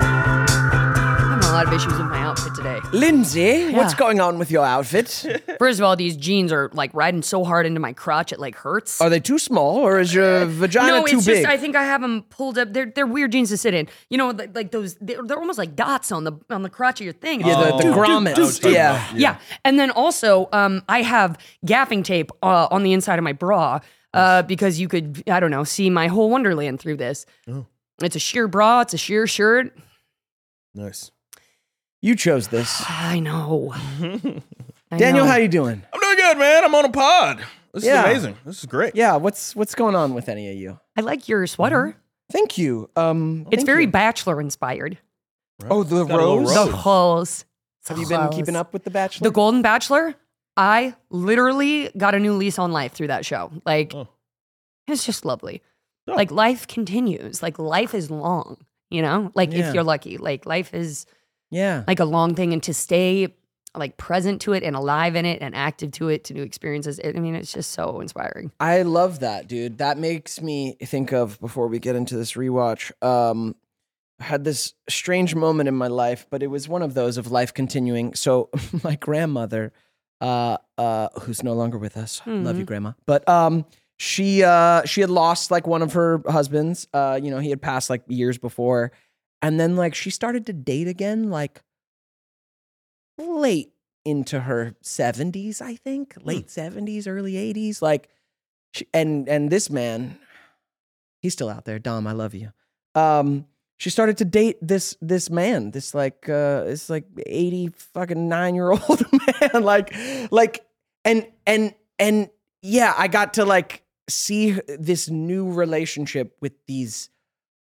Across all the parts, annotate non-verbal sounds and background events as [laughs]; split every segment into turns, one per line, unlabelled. I'm having a lot of issues with my outfit today.
Lindsay, what's
Yeah.
going on with your outfit?
First of all, these jeans are like riding so hard into my crotch it like hurts.
Are they too small or is your vagina
no,
too
it's
big?
just I think I have them pulled up. They're they're weird jeans to sit in. You know, like, like those they're, they're almost like dots on the on the crotch of your thing. Oh.
yeah, Oh, the, the grommet. Oh, yeah.
yeah. And then also, um, I have gaffing tape uh, on the inside of my bra uh, because you could, I don't know, see my whole Wonderland through this.
Oh.
It's a sheer bra. It's a sheer shirt. [sighs]
Nice. You chose this.
I
[laughs]
know. I
Daniel,
know.
how you doing?
I'm doing good, man. I'm on a pod. This
Yeah.
is amazing. This is great.
Yeah, what's what's going on with any of you?
I like your sweater.
Thank you. Um
It's
Mm-hmm. thank
very
you.
bachelor inspired.
Oh, the
got a little
rose.
rose.
The
[laughs] Gross.
holes.
Have you been keeping up with the bachelor?
The Golden Bachelor. I literally got a new lease on life through that show. Like,
Oh.
it's just lovely.
Oh.
Like life continues. Like life is long. You know, like
Yeah.
if you're lucky, like life is
yeah.
like a long thing, and to stay like present to it and alive in it and active to it to new experiences. It, I mean, it's just so inspiring.
I love that, dude. That makes me think of before we get into this rewatch. Um, I had this strange moment in my life, but it was one of those of life continuing. So [laughs] my grandmother, uh, uh, who's no longer with us, love you, grandma. But um, she uh, she had lost like one of her husbands. Uh, you know, he had passed like years before, and then like she started to date again, like late into her 70s i think late 70s early 80s like she, and and this man he's still out there dom i love you um she started to date this this man this like uh this like 80 fucking 9 year old [laughs] man like like and and and yeah i got to like see this new relationship with these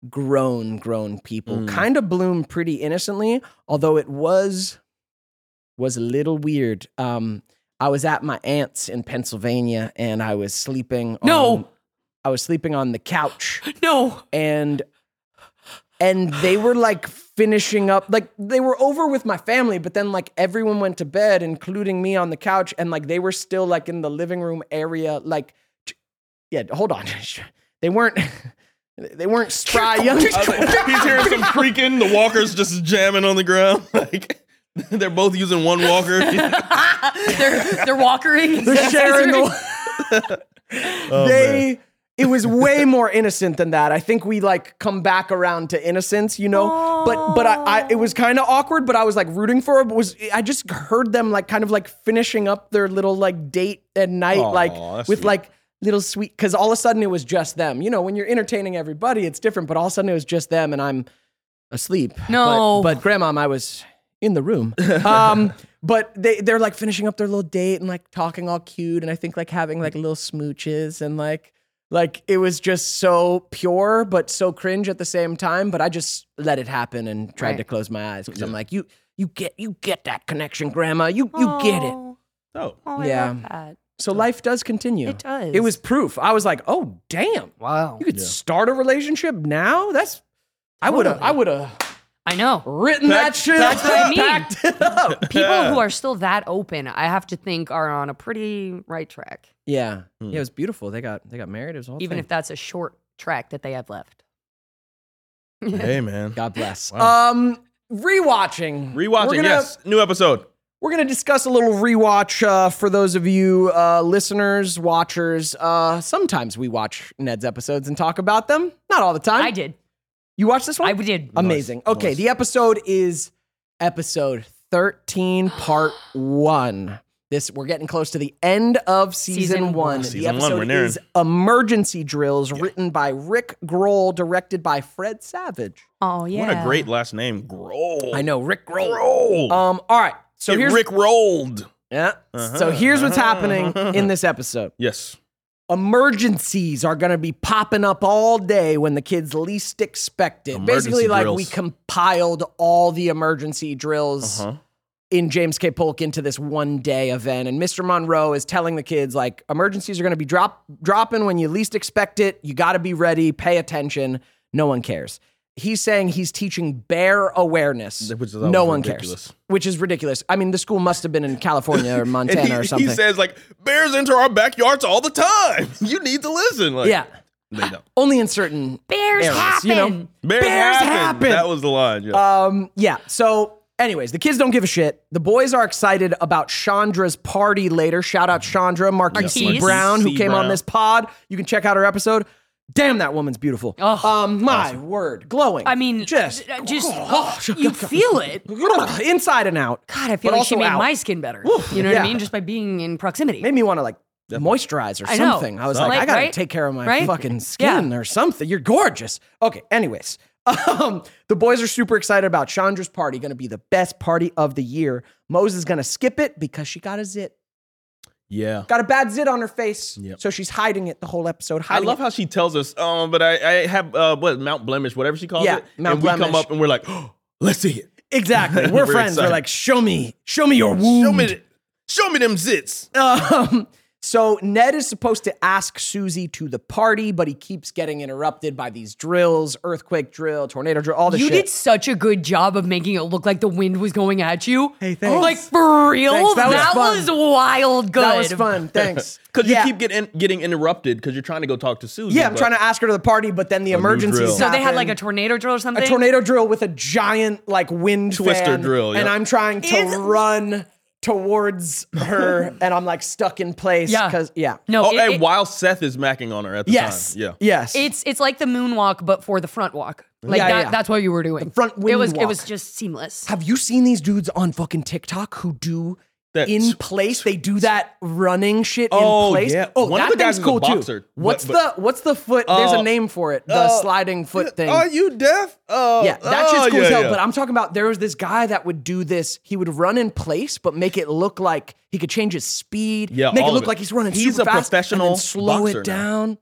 grown grown people
Mm.
kind of bloom pretty innocently although it was was a little weird um i was at my aunt's in pennsylvania and i was sleeping
No.
on, i was sleeping on the couch
No,
and and they were like finishing up like they were over with my family but then like everyone went to bed including me on the couch and like they were still like in the living room area like t- yeah hold on [laughs] they weren't [laughs] they weren't spry young
I was like, he's hearing some creaking. The walker's just jamming on the ground. [laughs] Like they're both using
[laughs]
one walker.
they're they're walkering.
they're sharing [laughs] the
[laughs] Oh,
they it was way more innocent than that. I think we like come back around to innocence, you know. But but I, I it was kind of awkward, but I was like rooting for it. but Was I just heard them like kind of like finishing up their little like date at night,
Aw,
like with
that's sweet.
like little sweet because all of a sudden it was just them. You know, when you're entertaining everybody, it's different. But all of a sudden it was just them, and I'm asleep.
No.
but, but grandma, I was in the
[laughs]
room. Um, but they they're like finishing up their little date and like talking all cute, and I think like having like little smooches and like like it was just so pure but so cringe at the same time. But I just let it happen and tried
Right.
to close my eyes because I'm like you you get you get that connection, grandma. You you get it.
oh,
Oh,
Yeah.
I love that.
So life does continue.
It does.
It was proof. I was like, oh damn,
wow.
you could start a relationship now. That's I would have I would have
I know.
[laughs] written that shit
that's
up,
what I mean.
packed it up.
people who are still that open, I have to think, are on a pretty right track,
Yeah. Yeah, it was beautiful. They got they got married. It was all
even if that's a short track that they have left.
hey man.
God bless.
Wow.
Um rewatching.
Rewatching.
We're gonna,
yes, new episode.
We're going to discuss a little rewatch uh, for those of you uh, listeners, watchers. Uh, sometimes we watch Ned's episodes and talk about them. Not all the time.
I did.
You watch this one?
I did.
Amazing. Okay, the episode is episode
[gasps]
13, part one. This we're getting close to the end of season,
Season
one.
one.
The
Season one,
episode
we're nearing.
is Emergency Drills, written by Rick Grohl, directed by Fred Savage.
Oh yeah.
What a great last name, Grohl.
I know, Rick Grohl.
Grohl.
Um, all right. So
Get Uh-huh.
here's
Rick rolled. [laughs]
yeah. So here's what's happening in this episode.
Yes.
emergencies are going to be popping up all day when the kids least expect it. Basically,
Emergency
like
drills.
we compiled all the emergency drills
Uh-huh.
in James K. Polk into this one day event. And Mr. Monroe is telling the kids, like, emergencies are going to be drop, dropping when you least expect it. You got to be ready, pay attention. No one cares. He's saying he's teaching bare awareness.
Which is
no
always
one
ridiculous.
cares. Which is ridiculous. I mean, the school must have been in California or
[laughs] And
Montana
he,
or
he
something.
says like bears enter our backyards all the time. [laughs] You need to listen. Like,
yeah.
they don't.
Only in certain
Bears
areas,
happen.
you know?
Bears,
Bears
happen.
happen.
That was the line. Yeah.
Um, yeah. So, anyways, the kids don't give a shit. The boys are excited about Chandra's party later. Shout out Chandra Marquise
Marquise.
Brown, who
C.
came on
Brown.
this pod. You can check out her episode. Damn, that woman's beautiful.
Oh.
um, my word, glowing.
I mean,
just,
uh, just
[laughs]
you feel it.
[sighs] inside and out.
God, I feel
But
like she
also
made
out.
my skin better. you know what
yeah.
I mean? Just by being in proximity.
Made me want to like moisturize or
I know.
something. I was like,
Like,
I gotta
right?
take care of my
Right?
fucking skin or something. You're gorgeous. Okay. Anyways, [laughs] um, the boys are super excited about Chandra's party. Going to be the best party of the year. Mose is going to skip it because she got a zit.
yeah.
Got a bad zit on her face,
Yep.
so she's hiding it the whole episode.
I
Hiding
love
it.
how she tells us, um, but I, I have uh, what Mount Blemish, whatever she calls
Yeah,
it.
Mount
and we
Blemish.
come up and we're like, "Oh, let's see it.
exactly.
[laughs]
We're,
We're
friends. We're
excited.
like, show me, show me your wound.
Show me, th- show me them zits.
Um, so Ned is supposed to ask Susie to the party, but he keeps getting interrupted by these drills, earthquake drill, tornado drill, all this
you
shit.
did such a good job of making it look like the wind was going at you. Oh,
Hey, thanks.
Like for real,
Thanks, that
that,
was fun.
was, wild. Good.
that was
[laughs]
fun. Thanks.
Because
Yeah.
you keep getting getting interrupted because you're trying to go talk to Susan.
Yeah, I'm trying to ask her to the party, but then the emergencies.
drill.
So they had
happen.
like a tornado drill or something.
a tornado drill with a giant like wind
Twister
fan,
drill,
and
yeah.
I'm trying to
Is-
run towards
[laughs]
her, and I'm like stuck in place.
Yeah.
Cause yeah.
No,
Oh,
it-
and
it-
while Seth is macking on her at the
Yes.
time. Yeah.
Yes.
it's it's like the moonwalk, but for the front walk. Like
Yeah,
that,
yeah.
that's what you were doing.
front
It was
windwalk.
it was just seamless.
Have you seen these dudes on fucking TikTok who do
That
in
sw-
place? They do that running shit in
Oh,
place.
yeah.
Oh,
One
that
of the guys
thing's
is a
cool
boxer,
too.
but-
What's
but-
the what's the foot? There's a
Uh,
name for it. The
uh,
sliding foot thing.
you deaf? Oh,
yeah, that shit's cool
yeah,
as hell.
yeah.
But I'm talking about there was this guy that would do this. He would run in place, but make it look like he could change his speed.
Yeah,
make it
all of
look
it.
like he's running.
He's
super
a
fast and
professional
then slow
boxer
it
now.
down.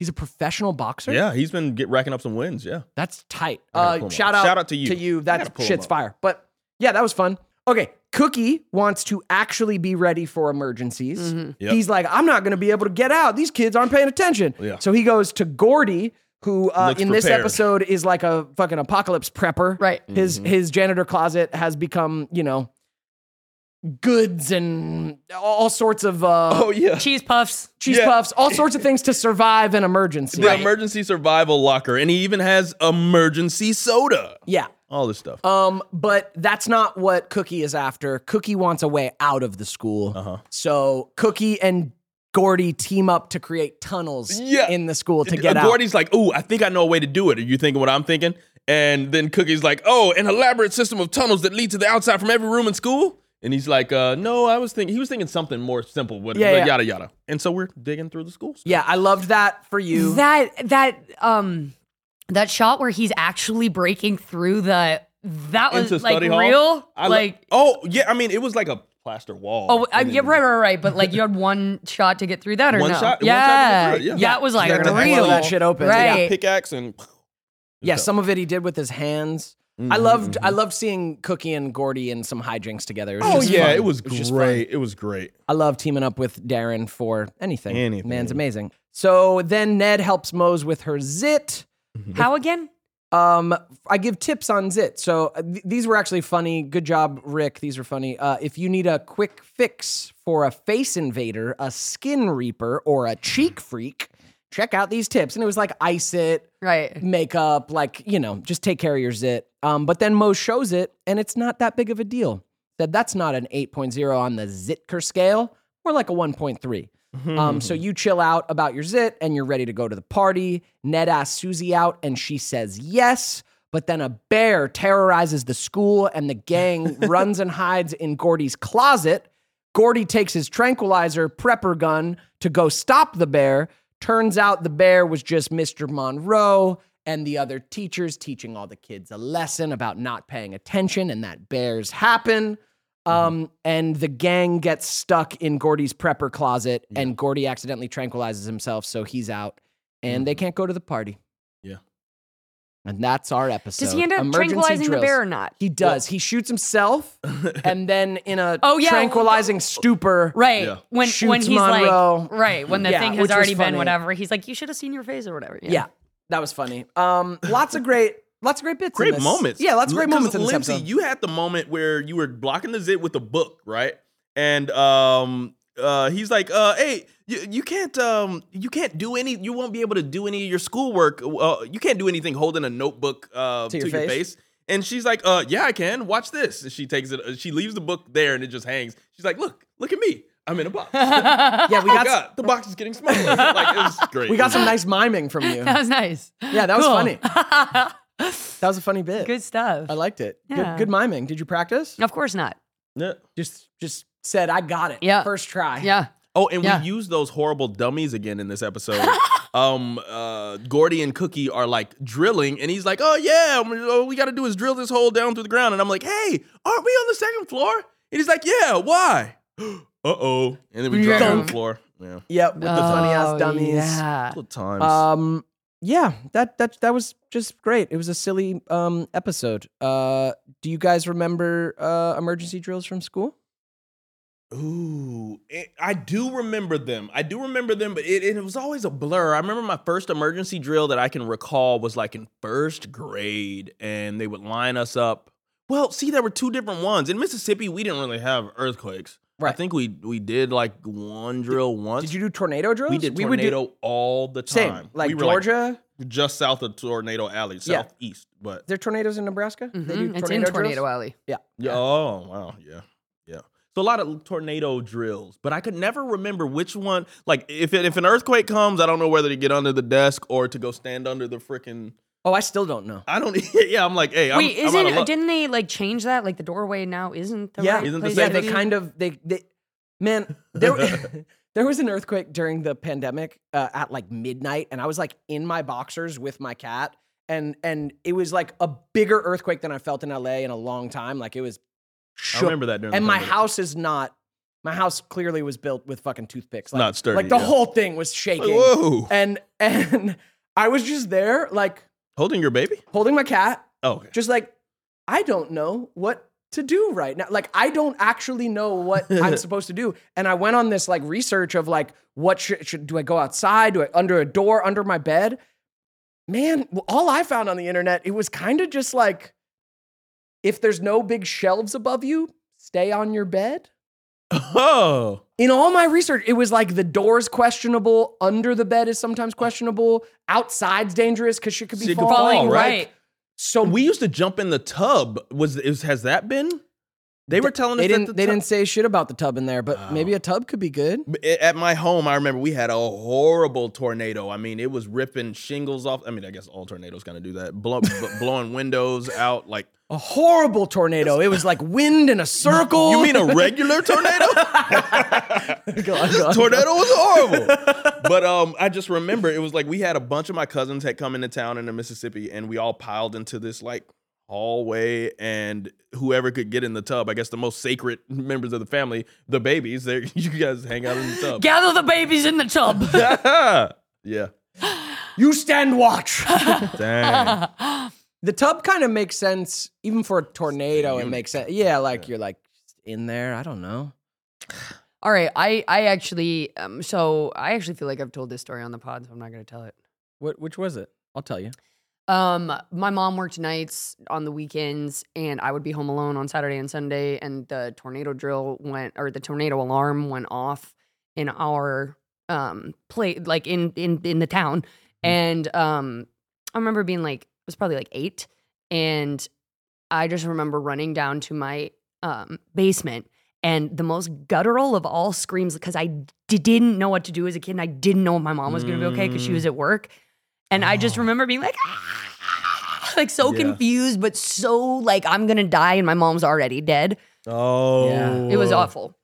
He's a professional boxer.
yeah, he's been get, racking up some wins. Yeah.
That's tight.
gotta
Uh,
pull 'em
shout out,
up. Shout out to you.
To you.
I
That
gotta pull 'em
shit's
up.
fire. But yeah, that was fun. Okay, Cookie wants to actually be ready for emergencies.
Yep. Oh,
He's like, I'm not going to be able to get out. These kids aren't paying attention.
Yeah.
So he goes to Gordy, who uh,
Looks
in this
prepared.
episode is like a fucking apocalypse prepper.
Right.
His
Mm-hmm.
his janitor closet has become, you know, goods and all sorts of uh,
yeah.
Cheese puffs.
cheese
Oh, yeah.
puffs,
[laughs]
all sorts of things to survive an emergency.
The emergency survival locker, and he even has emergency soda.
Yeah.
All this stuff.
Um, but that's not what Cookie is after. Cookie wants a way out of the school.
Uh-huh.
So Cookie and Gordy team up to create tunnels
Yeah.
in the school to
Uh,
get out.
Gordy's like, "Ooh, I think I know a way to do it." Are you thinking what I'm thinking? And then Cookie's like, "Oh, an elaborate system of tunnels that lead to the outside from every room in school." And he's like, uh, "No, I was thinking he was thinking something more simple, with
Yeah, yeah.
yada yada." And so we're digging through the schools.
Yeah, I loved that for
[laughs]
you.
That that um that shot where he's actually breaking through the that was
Into
like
study hall.
real.
I lo-
like
oh yeah, I mean it was like a plaster wall.
Oh, I,
And
yeah,
then-
right, right, right. But like, you had one shot to get through that, or
One
no?
shot- one shot to get
yeah,
through it, yeah.
that was like
You
gotta blow
real.
that shit open.
right?
Yeah, pickaxe and
yeah, some of it he did with his hands.
Mm-hmm,
I loved I loved seeing Cookie and Gordy in some hijinks together. It was
Oh
just
yeah,
fun.
it was
just fun.
great. It was great.
I love teaming up with Darren for anything.
Anything.
Man's amazing. So then Ned helps Mose with her zit.
How again?
Um, I give tips on Zit. So uh, th- these were actually funny. Good job, Rick. These are funny. Uh, if you need a quick fix for a face invader, a skin reaper, or a cheek freak, check out these tips. And it was like ice it,
Right.
makeup, like you know, just take care of your zit. Um, but then Mo shows it, and it's not that big of a deal. Said that's not an 8.0 on the Zitker scale, more like a 1.3. Um, so you chill out about your zit, and you're ready to go to the party. Ned asks Susie out, and she says yes. But then a bear terrorizes the school, and the gang runs and hides in Gordy's closet. Gordy takes his tranquilizer prepper gun to go stop the bear. Turns out the bear was just Mr. Monroe and the other teachers teaching all the kids a lesson about not paying attention, and that bears happen.
Mm-hmm.
Um, and the gang gets stuck in Gordy's prepper closet, and Gordy accidentally tranquilizes himself, so he's out, and
Mm-hmm.
they can't go to the party.
Yeah.
and that's our episode.
Does he end up
Emergency
tranquilizing
drills.
the bear or not?
He does. he shoots
[laughs]
himself, and then in a
Oh, yeah.
tranquilizing stupor,
Right.
Yeah.
When
Shoots
when he's
Monroe.
like right when the
Yeah,
thing
which
has
was
already been
funny.
whatever. He's like, you should have seen your face or whatever.
Yeah. that was funny. Um, lots of great, lots of great bits. in
Great
this.
moments.
Yeah, lots of great
'Cause
moments in this
Lindsay,
episode.
you had the moment where you were blocking the zit with a book, right? And um, uh, he's like, uh, "Hey, you, you can't, um, you can't do any. You won't be able to do any of your schoolwork. Uh, you can't do anything holding a notebook uh, to,
your
your,
face.
face." And she's like, uh, "Yeah, I can. Watch this." And she takes it. uh, She leaves the book there, and it just hangs. She's like, "Look, look at me. I'm in
[laughs]
a box. oh
yeah, we
[laughs]
got
God, the box is getting smaller. like, it was great.
[laughs] we got some nice miming from you.
[laughs] That was nice.
Yeah, that was
Cool.
funny. That was a funny bit.
[laughs] Good stuff.
I liked it.
Yeah.
Good, good miming. Did you practice?
Of course not.
Yeah.
Just just said I got it.
Yeah.
First try.
Yeah.
Oh, and
Yeah.
we use those horrible dummies again in this episode. um, uh, Gordy and Cookie are like drilling, and he's like, "Oh yeah, I'm- all we got to do is drill this hole down through the ground." And I'm like, "Hey, aren't we on the second floor?" And he's like, "Yeah, why?" [gasps] uh oh, and then we drop on
Dunk.
the floor. Yeah,
Yep. With the funny ass
Oh,
dummies.
Yeah.
good times.
Um yeah, that that that was just great. It was a silly um episode. Uh do you guys remember uh emergency drills from school?
Ooh, it, I do remember them. I do remember them, but it, it was always a blur. I remember my first emergency drill that I can recall was like in first grade, and they would line us up. Well, see, there were two different ones. In Mississippi, we didn't really have earthquakes. I
Right.
think we we did like one drill once.
Did you do tornado drills?
we did
would do-
tornado all the
same.
time.
Like
we were
Georgia.
just south of Tornado Alley,
Yeah.
southeast. But
there are tornadoes in Nebraska? They do
Mhm. It's in
drills?
Tornado Alley.
Yeah.
Yeah.
Oh wow. Yeah. Yeah. So a lot of tornado drills, but I could never remember which one. Like if it, if an earthquake comes, I don't know whether to get under the desk or to go stand under the freaking.
Oh, I still don't know.
I don't. e, [laughs] Yeah. I'm like, hey. I'm,
Wait,
I'm out
isn't
of luck.
didn't they like change that? Like the doorway now isn't the
Yeah.
right
Isn't the
place
yeah,
same
to
they
be?
kind of they they man
[laughs]
there [laughs] there was an earthquake during the pandemic uh, at like midnight, and I was like in my boxers with my cat, and and it was like a bigger earthquake than I felt in LA in a long time. Like it was,
I
shook.
remember that. During
and
the
my
pandemic.
house is not. My house clearly was built with fucking toothpicks. Like,
Not sturdy,
Like the
yeah.
whole thing was shaking,
Like, whoa.
and [laughs] and I was just there, like
Holding your baby.
holding my cat,
Oh. Okay.
just like I don't know what to do right now. Like I don't actually know what
[laughs]
I'm supposed to do. And I went on this like research of like what should, should do I go outside? Do I under a door under my bed? Man, well, all I found on the internet it was kind of just like if there's no big shelves above you, stay on your bed.
Oh.
In all my research, it was like the door's questionable, under the bed is sometimes questionable, outside's dangerous because she could be
She could
falling.
falling
Fall,
right.
right.
So
We used to jump in the tub. Was is has that been? They were telling us
they
that
didn't
the
they
tub-
didn't say shit about the tub in there, but maybe a tub could be good.
I- at my home, I remember we had a horrible tornado. I mean, it was ripping shingles off. I mean, I guess all tornadoes kind of do that, Blow, b- blowing windows out. Like,
A horrible tornado. It was like wind in a circle.
you mean a regular tornado?
[laughs] Go on, go on.
tornado was horrible. but um, I just remember it was like we had a bunch of my cousins had come into town in the Mississippi, and we all piled into this like hallway, and whoever could get in the tub, I guess the most sacred [laughs] members of the family, the babies, they [laughs] you guys hang out in the tub.
Gather the babies in the tub.
[laughs] yeah.
You stand watch.
Dang.
[laughs] the tub kind of makes sense, even for a tornado. It makes sense. Yeah, like you're like in there. I don't know.
[laughs] All right, I I actually um so I actually feel like I've told this story on the pod, so I'm not gonna tell it.
What? Which was it? I'll tell you.
Um, my mom worked nights on the weekends, and I would be home alone on Saturday and Sunday. And the tornado drill went, or the tornado alarm went off in our um play, like in in in the town. And um, I remember being like, it was probably like eight, and I just remember running down to my um basement. And the most guttural of all screams, because I d- didn't know what to do as a kid, and I didn't know if my mom was going to be okay because she
Mm.
was at work. And I just remember being like, [laughs] like so
Yeah.
confused, but so like I'm gonna die, and my mom's already dead.
Oh,
It was awful.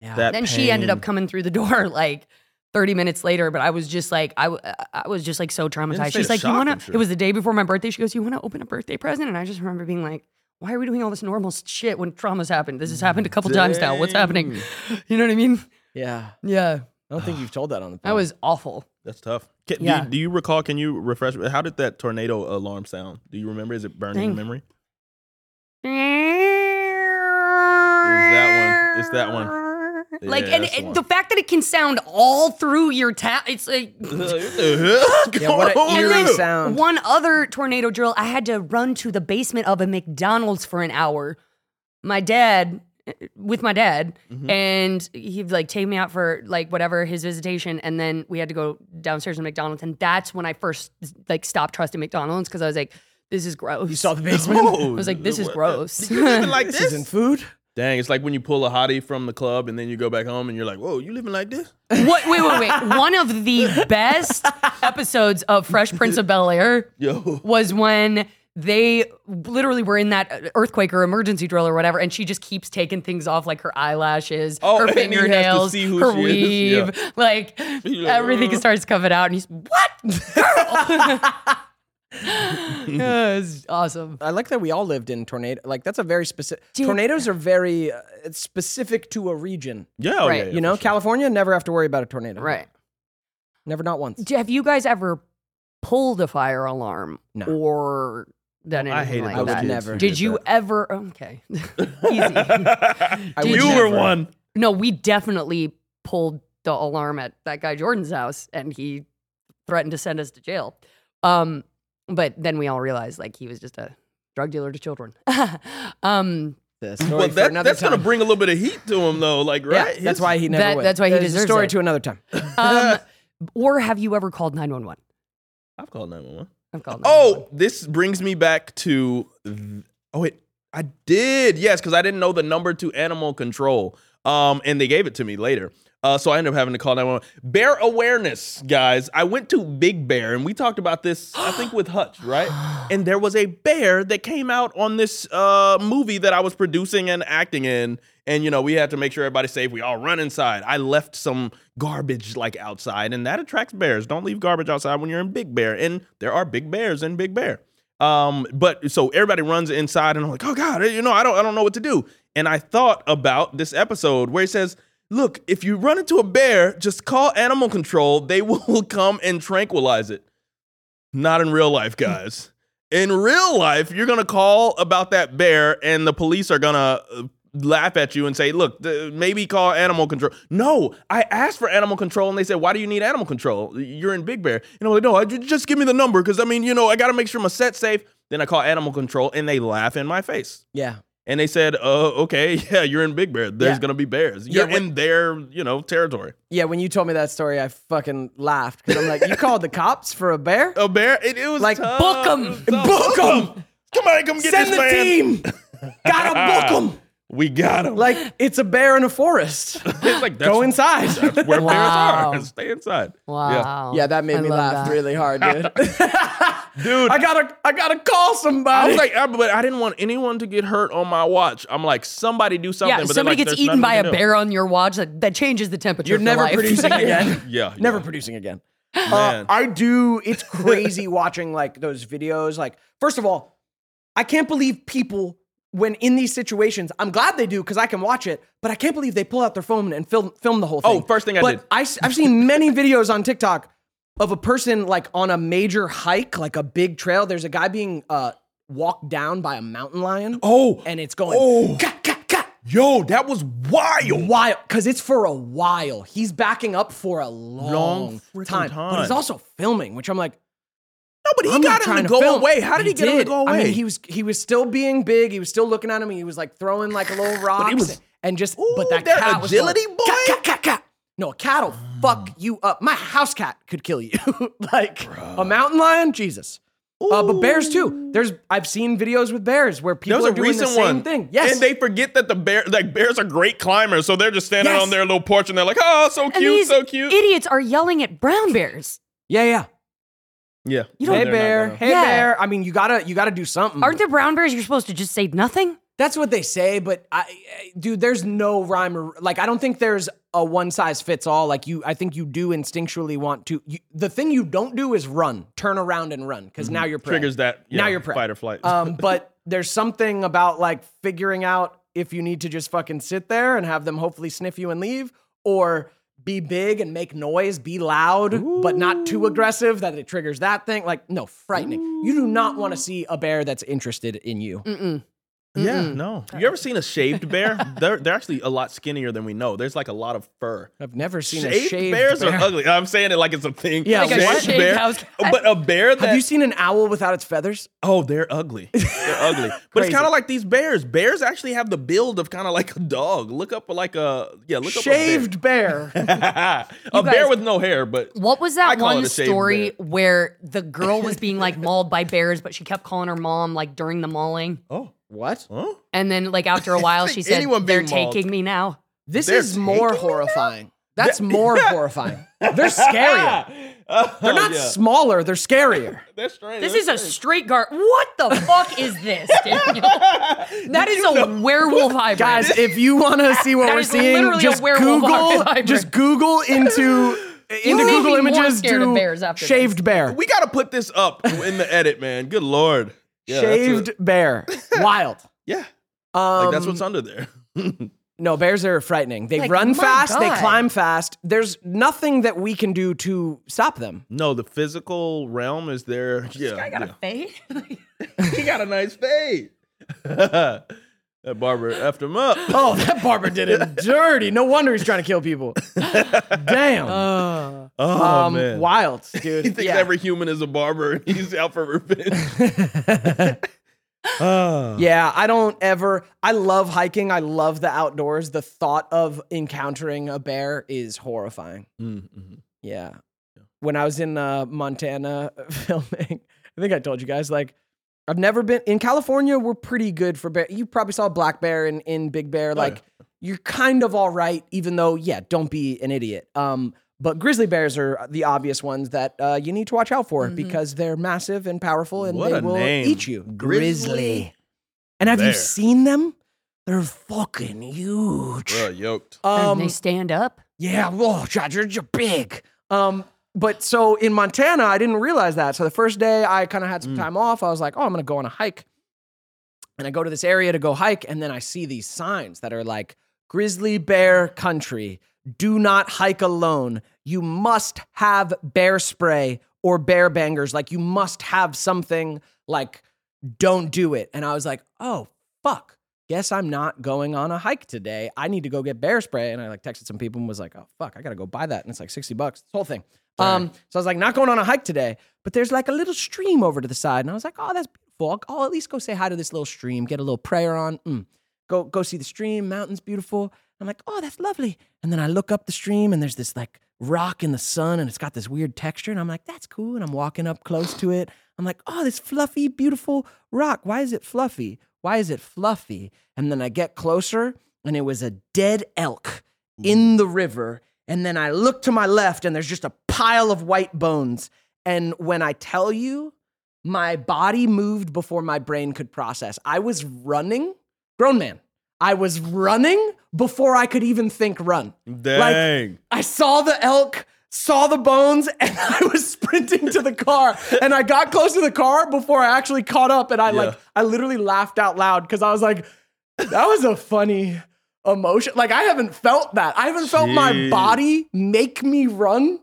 Yeah.
That
then she ended up
pain.
coming through the [laughs] door like 30 minutes later, but I was just like, I, w- I was just like so
state
traumatized.
of
She's like, you
shock,
wanna?
I'm sure.
It was the day before my birthday. She goes, you wanna open a birthday present? And I just remember being like, why are we doing all this normal shit when trauma's happened? This has happened a couple times now. What's happening? [laughs] You know what I mean?
Yeah.
Yeah.
I don't think
[sighs]
you've told that on the podcast.
That was awful.
That's tough. Can, do you-
Yeah.
do, you, recall? Can you refresh? How did that tornado alarm sound? Do you remember? Is it burned in
Dang.
your memory?
Is that
one. It's that
one.
Yeah,
Like, and,
that's the
and
one. [laughs]
the fact that it can sound all through your town, it's like.
Yeah, what an eerie sound.
One other tornado drill, I had to run to the basement of a McDonald's for an hour. My dad, eh, with my dad,
Mm-hmm.
and he'd like take me out for like whatever his visitation, and then we had to go downstairs to McDonald's, and that's when I first like stopped trusting McDonald's because I was like, "This is gross."
you saw the basement.
I was like, "This is gross."
[laughs] [laughs] You living
[laughs]
like
this,
this?
isn't food.
Dang, it's like when you pull a hottie from the club and then you go back home and you're like, whoa, you living like this?
What, wait, wait,
[laughs]
wait. One of the best episodes of Fresh Prince of Bel Air
Yo.
was when they literally were in that earthquake or emergency drill or whatever, and she just keeps taking things off, like her eyelashes,
Oh,
her
and he has to
fingernails,
see who
her
she is.
weave. Like
[laughs]
everything
"Uh."
starts coming out, and he's, What?
[laughs]
Girl! yeah, [laughs] it's awesome.
I like that we all lived in tornado. Like that's a very specific.
Dude.
Tornadoes are very uh, it's specific to a region.
Yeah, oh,
Right.
yeah, yeah,
You know,
for sure.
California never have to worry about a tornado.
Right.
Never, not once.
Have you guys ever pulled a fire alarm
No.
or done anything
I hated
like
those
that?
I would
kids
never.
who
Did you
that.
ever? Okay, [laughs]
[laughs]
[laughs]
easy.
I
Did
would
you
you-
were
never.
one.
No, we definitely pulled the alarm at that guy Jordan's house, and he threatened to send us to jail. Um, but then we all realized like he was just a drug dealer to children. [laughs] um,
The
Well,
story for
that,
another
that's going to
time.
bring a little bit of heat to him, though. Like,
Yeah,
right?
that's
[laughs]
why he [laughs] never.
That-
would.
that's why he
There's a
deserves
story
it.
to another time.
um,
[laughs]
or have you ever called nine one one? Um,
I've called 911.
I've called. 911.
Oh, this brings me back to. Oh wait, I did. Yes, because I didn't know the number to animal control. Um, and they gave it to me later. Uh, so I ended up having to call 911. Bear awareness, guys. I went to Big Bear, and we talked about this. I think with Hutch, right? And there was a bear that came out on this uh movie that I was producing and acting in. And you know, we had to make sure everybody's safe. We all run inside. I left some garbage like outside, and that attracts bears. Don't leave garbage outside when you're in Big Bear. And there are big bears in Big Bear. Um, but so everybody runs inside, and I'm like, oh god, you know, I don't, I don't know what to do. And I thought about this episode where he says, "Look, if you run into a bear, just call animal control. They [laughs] will come and tranquilize it." Not in real life, guys. In real life, you're gonna call about that bear, and the police are gonna uh, laugh at you and say, "Look, th- maybe call animal control." No, I asked for animal control, and they said, "Why do you need animal control? You're in Big Bear." And I'm like, "No, I, ju- just give me the number, because I mean, you know, I gotta make sure my set's safe." Then I call animal control, and they laugh in my face.
Yeah.
And they said, "Uh, okay, [laughs] yeah, you're in Big Bear. There's
Yeah.
gonna be bears.
Yeah,
You're in their, you know, territory.
Yeah, when you told me that story, I fucking laughed because I'm like, you called the cops for a bear?
A bear. It, it was
Like,
tough.
book 'em.
It was tough.
Book
[laughs]
'em.
Come on, come get
Send
this
the
man.
team. Gotta book them.
[laughs] We got him.
Like it's a bear in a forest.
[laughs] it's like that's
Go inside.
That's where
Wow.
bears are. [laughs] Stay inside.
wow.
[laughs] Yeah, that made
I
me
love
laugh
that.
really hard, dude. [laughs]
Yeah. Dude,
I
I,
gotta, I gotta call somebody.
was like, I, but I didn't want anyone to get hurt on my watch. I'm like, somebody do something.
Yeah,
but they're
somebody
like,
gets
"There's
eaten
nothing
by
we
a
can do."
bear on your watch. That, that changes the temperature.
You're
for
never
life. [laughs]
producing again.
[laughs] Yeah,
Never
yeah.
producing again. Uh,
Man.
I do.
[laughs]
It's crazy watching like those videos. Like, first of all, I can't believe people when in these situations. I'm glad they do because I can watch it, but I can't believe they pull out their phone and film film the whole
Oh,
thing.
first thing I
but
did.
I, have seen many videos on TikTok of a person like on a major hike, like a big trail. There's a guy being uh walked down by a mountain lion.
Oh.
and it's going.
Oh.
"Ka, ka, ka."
Yo, that was wild.
While, because it's for a while. He's backing up for a long,
freaking
time, but he's
time.
also filming, which I'm like,
No, but he
I'm not
got
trying
him to
to
go
film.
away. How did he, get him to
did.
go away?
I mean, he was he was still being big. He was still looking at him. And he was like throwing like a
[sighs]
little rock.
was-
and just
Ooh,
but that,
that
cat was
agility
going,
boy? Ah.
"Cat, cat, cat, cat." No, a cat will fuck you up. My house cat could kill you. [laughs] like a mountain lion, Jesus. Uh, but bears too. There's I've seen videos with bears where
there
people
was
are
a
doing
recent
the same
one.
thing. Yes,
and they forget that the bear, like bears, are great climbers, so they're just standing
Yes.
on their little porch and they're like, "Oh, so
And
cute,
these
so cute."
Idiots are yelling at brown bears.
yeah, yeah.
yeah,
You don't-
Hey
They're not
bear,
gonna-
hey
Yeah.
bear. I mean, you gotta you gotta do something.
Aren't there brown bears? You're supposed to just say nothing.
That's what they say, but I, I- dude, there's no rhyme or like. I don't think there's a one size fits all. Like you, I think you do instinctually want to. You, the thing you don't do is run, turn around and run, because now you're prey.
Mm-hmm. triggers that.
Now
yeah,
you're prey.
fight or flight. [laughs]
Um, but there's something about like figuring out if you need to just fucking sit there and have them hopefully sniff you and leave or be big and make noise, be loud, but not too aggressive that it triggers that thing. Like, no, frightening. You do not want to see a bear that's interested in you.
Mm-mm.
Yeah,
Mm-mm.
no. You ever seen a shaved bear? they're they're actually a lot skinnier than we know. There's like a lot of fur.
I've never seen
Shaved,
a shaved
bears
bear.
are ugly. I'm saying it like it's a thing.
Yeah, Like a
Shaved
shaved
bear. Oh,
house cat.
But a bear that
Have you seen an owl without its feathers?
oh, they're
[laughs]
ugly. They're ugly. But
Crazy.
it's kind of like these bears. Bears actually have the build of kind of like a dog. Look up like a yeah. Look
Shaved bear.
[laughs] up a bear. a
guys-
bear with no hair, but
What was
I
that
call it
one
a shaved
story
bear.
where the girl
[laughs]
was being like mauled by bears, but she kept calling her mom like during the mauling?
oh,
what?
huh?
And then like after
[laughs]
a while, she said,
Anyone
"They're
being mauled.
taking me now."
This
They're
is more
taking
horrifying. That's
[laughs]
more horrifying. They're scarier.
Oh,
They're not
yeah.
smaller, they're scarier.
[laughs] They're strange.
This
They're
is a
strange.
straight guard. What the fuck is
[laughs]
this? Daniel? That is a werewolf hybrid.
Guys, if you want
[laughs]
to see what
That
we're
is
seeing,
literally a
just
werewolf
Google,
hybrid.
just Google
[laughs]
into into
leave me
Google
more
images
scared of
to
bears after
shaved bear,
We gotta put this up in the edit, man. Good lord. Yeah, that's a-
shaved
[laughs]
bear, wild.
Yeah.
Um,
Like that's what's under there. [laughs]
no bears are frightening. They
Like,
run
my
fast, they
God.
climb fast. There's nothing that we can do to stop them.
No, the physical realm is there. yeah,
I got a fade. [laughs]
yeah. [laughs] he got a nice fade. [laughs] that barber effed him up.
[laughs] Oh, that barber did
[laughs]
it dirty. No wonder he's trying to kill people. Damn.
Oh
um,
man.
wild,
[laughs] He
dude.
thinks
yeah.
every human is a barber and he's out for revenge.
[laughs]
Ah.
Yeah, I don't ever. I love hiking. I love the outdoors. The thought of encountering a bear is horrifying.
Mm, mhm.
Yeah. When I was in uh, Montana [laughs] filming, I think I told you guys, like, I've never been in California. We're pretty good for bear. You probably saw black bear in, in Big
Oh,
Bear. Like, you're kind of all right, even though, yeah, don't be an idiot. Um, but grizzly bears are the obvious ones that uh, you need to watch out for because they're massive and powerful and
Mm-hmm. What
they
a
will
name.
eat you.
Grizzly
And have you
bear.
seen them? They're fucking huge.
Bruh, yoked.
Um,
and they stand up.
yeah, whoa, Roger, you're big. Um, but so in Montana, I didn't realize that. So the first day I kind of had some time off, I was like, oh, I'm gonna go on a hike. And I go to this area to go hike, and then I see these signs that are like grizzly bear country. Do not hike alone. You must have bear spray or bear bangers. Like you must have something like don't do it. And I was like, oh fuck guess I'm not going on a hike today. I need to go get bear spray. And I like texted some people and was like, oh fuck, I gotta go buy that. And it's like 60 bucks, this whole thing. Um, so I was like, not going on a hike today, but there's like a little stream over to the side. And I was like, oh, that's beautiful. I'll, I'll at least go say hi to this little stream, get a little prayer on. Mm. Go go see the stream, mountains beautiful. I'm like, oh, that's lovely. And then I look up the stream and there's this like rock in the sun and it's got this weird texture. And I'm like, that's cool. And I'm walking up close to it. I'm like, oh, this fluffy, beautiful rock. Why is it fluffy? Why is it fluffy? And then I get closer and it was a dead elk in the river. And then I look to my left and there's just a pile of white bones. And when I tell you, my body moved before my brain could process. I was running, grown man. I was running before I could even think run.
Dang.
I saw the elk, saw the bones, [laughs] and I was sprinting to the car. And I got close to the car before I actually caught up. And I
Yeah.
like, I literally laughed out loud because I was like, that was a funny emotion. Like I haven't felt that. I haven't felt my
Jeez.
body make me run.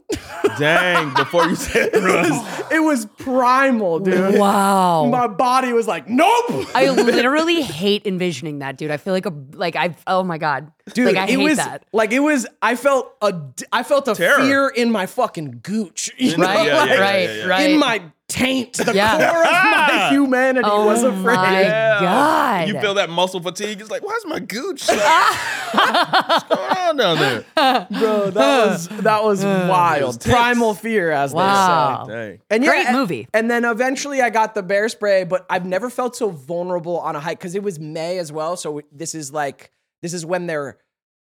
Dang. Before you
[laughs]
said run.
it was primal, dude.
Wow.
My body was like, nope.
[laughs]
I literally hate envisioning that, dude. I feel like a like I oh my god,
Dude,
Like, I
it
hate
was
that.
like it was. I felt a, d- I felt a
Terror.
fear in my fucking gooch, you know?
Right,
Yeah, yeah, yeah,
right,
yeah, yeah. Ah!
right.
in my taint, the
Yeah.
core
[laughs]
of my humanity
oh
was afraid.
my
Yeah.
god.
You feel that muscle fatigue? It's like, why's
[laughs]
my gooch? Like, what's going on down there?
[laughs] Bro, that was
[sighs]
that was wild.
tense.
Primal fear, as
Wow.
they say.
Dang.
And
Great
and-
movie.
And then eventually I got the bear spray, but I've never felt so vulnerable on a hike because it was May as well. So this is like this is when they're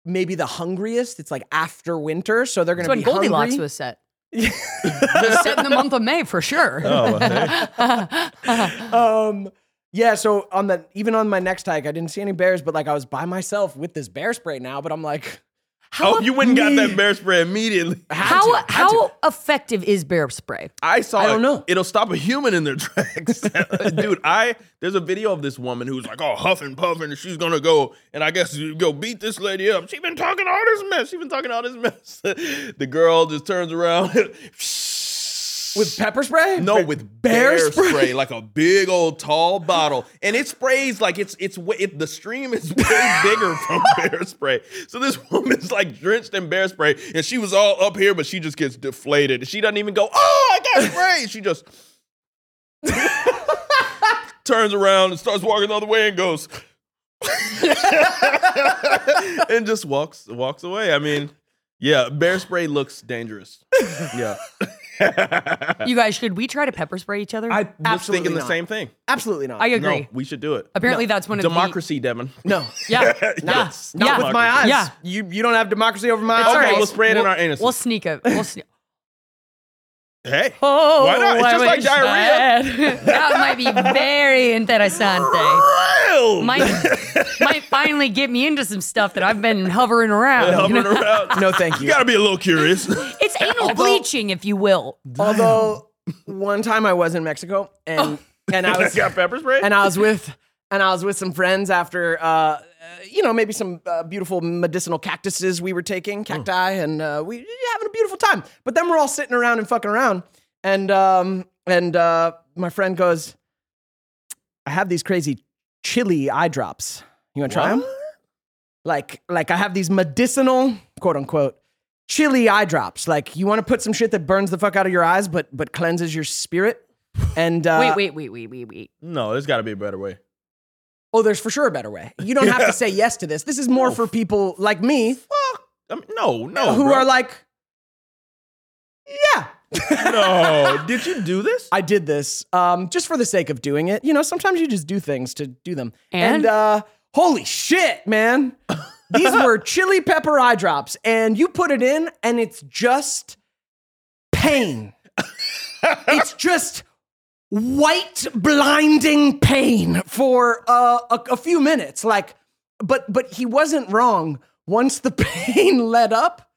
maybe the hungriest. It's like after winter, so they're gonna
That's when
be
Goldilocks
hungry.
was
[laughs]
set. was set in the month of May for sure.
Oh, hey.
um yeah so on the even on my next hike i didn't see any bears but like i was by myself with this bear spray now but i'm like
How Oh, you went and got that bear spray immediately.
How how effective is bear spray?
I saw.
I don't
it.
know.
It'll stop a human in their [laughs] tracks, dude. I there's a video of this woman who's like, oh, huffing, puffing, and she's gonna go, and I guess you go beat this lady up. She's been talking all this mess. She's been talking all this mess. [laughs] the girl just turns around. [laughs]
with pepper [laughs] spray?
No, with bear,
[laughs]
spray. like a big old tall bottle, and it sprays like it's it's wa- it, the stream is way bigger [laughs] from bear spray. So this woman's like drenched in bear spray, and she was all up here, but she just gets deflated. She doesn't even go, "Oh, I got sprayed." She just [laughs] turns around and starts walking the other way and goes. [laughs] and just walks walks away. I mean, yeah, bear spray looks dangerous. Yeah.
You guys, should we try to pepper spray each other?
Uh, I was
Absolutely
thinking the
not.
same thing.
Absolutely not.
I agree.
No, we should do it.
Apparently, that's one of
Democracy, Devin.
no.
the [laughs] yeah.
[laughs] yes.
Not
With my eyes.
Yeah.
You you don't have democracy over my
It's
eyes.
all
Okay,
right.
we'll spray it in our anus.
We'll sneak it. We'll sneak.
hey,
Oh,
[laughs] Why not? It's
I
just like
wish
diarrhea. [laughs]
That, that might be very interesante. [laughs]
Wild! [laughs]
Might might finally get me into some stuff that I've been hovering around. you
Hovering
know?
[laughs]
around.
No,
[laughs]
thank
you
you.
gotta be a little curious.
[laughs] It's anal bleaching, if you will.
Although one time I was in Mexico
Oh.
and and
[laughs]
I was
Got pepper spray?
and I was with and I was with some friends after uh, uh, you know maybe some uh, beautiful medicinal cactuses we were taking cacti and uh, we were having a beautiful time. But then we're all sitting around and fucking around and um, and uh, my friend goes, I have these crazy chili eye drops. You want to try them? Like like I have these medicinal quote unquote chili eye drops. Like you want to put some shit that burns the fuck out of your eyes but but cleanses your spirit. And uh,
Wait, wait, wait, wait, wait, wait.
no, there's gotta be a better way.
Oh, there's for sure a better way. You don't have to say yes to this. This is more for people like me
Fuck. I mean, no, no.
who
bro.
are like, yeah,
no. Did you
[laughs]
do this?
I did this um, just for the sake of doing it. You know, sometimes you just do things to do them.
And?
uh, holy shit, man. These were chili pepper eye drops, and you put it in, and it's just pain. it's just white blinding pain for uh, a, a few minutes like but but he wasn't wrong once the [laughs] pain let up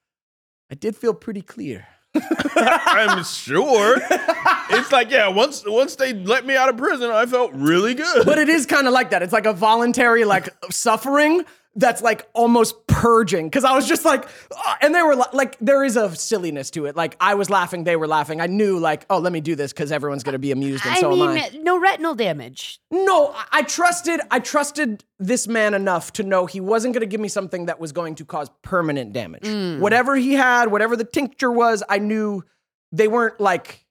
i did feel pretty clear
I'm sure. it's like, yeah, once once they let me out of prison, I felt really good.
But it is kind of like that. It's like a voluntary like suffering that's like almost purging. Cause I was just like, "Ah," and they were la- like, there is a silliness to it. Like I was laughing, they were laughing. I knew like, oh, let me do this because everyone's gonna be amused and
I
so
mean,
am I.
no retinal damage.
No, I-, I trusted, I trusted this man enough to know he wasn't gonna give me something that was going to cause permanent damage.
Mm.
Whatever he had, whatever the tincture was, I knew they weren't like.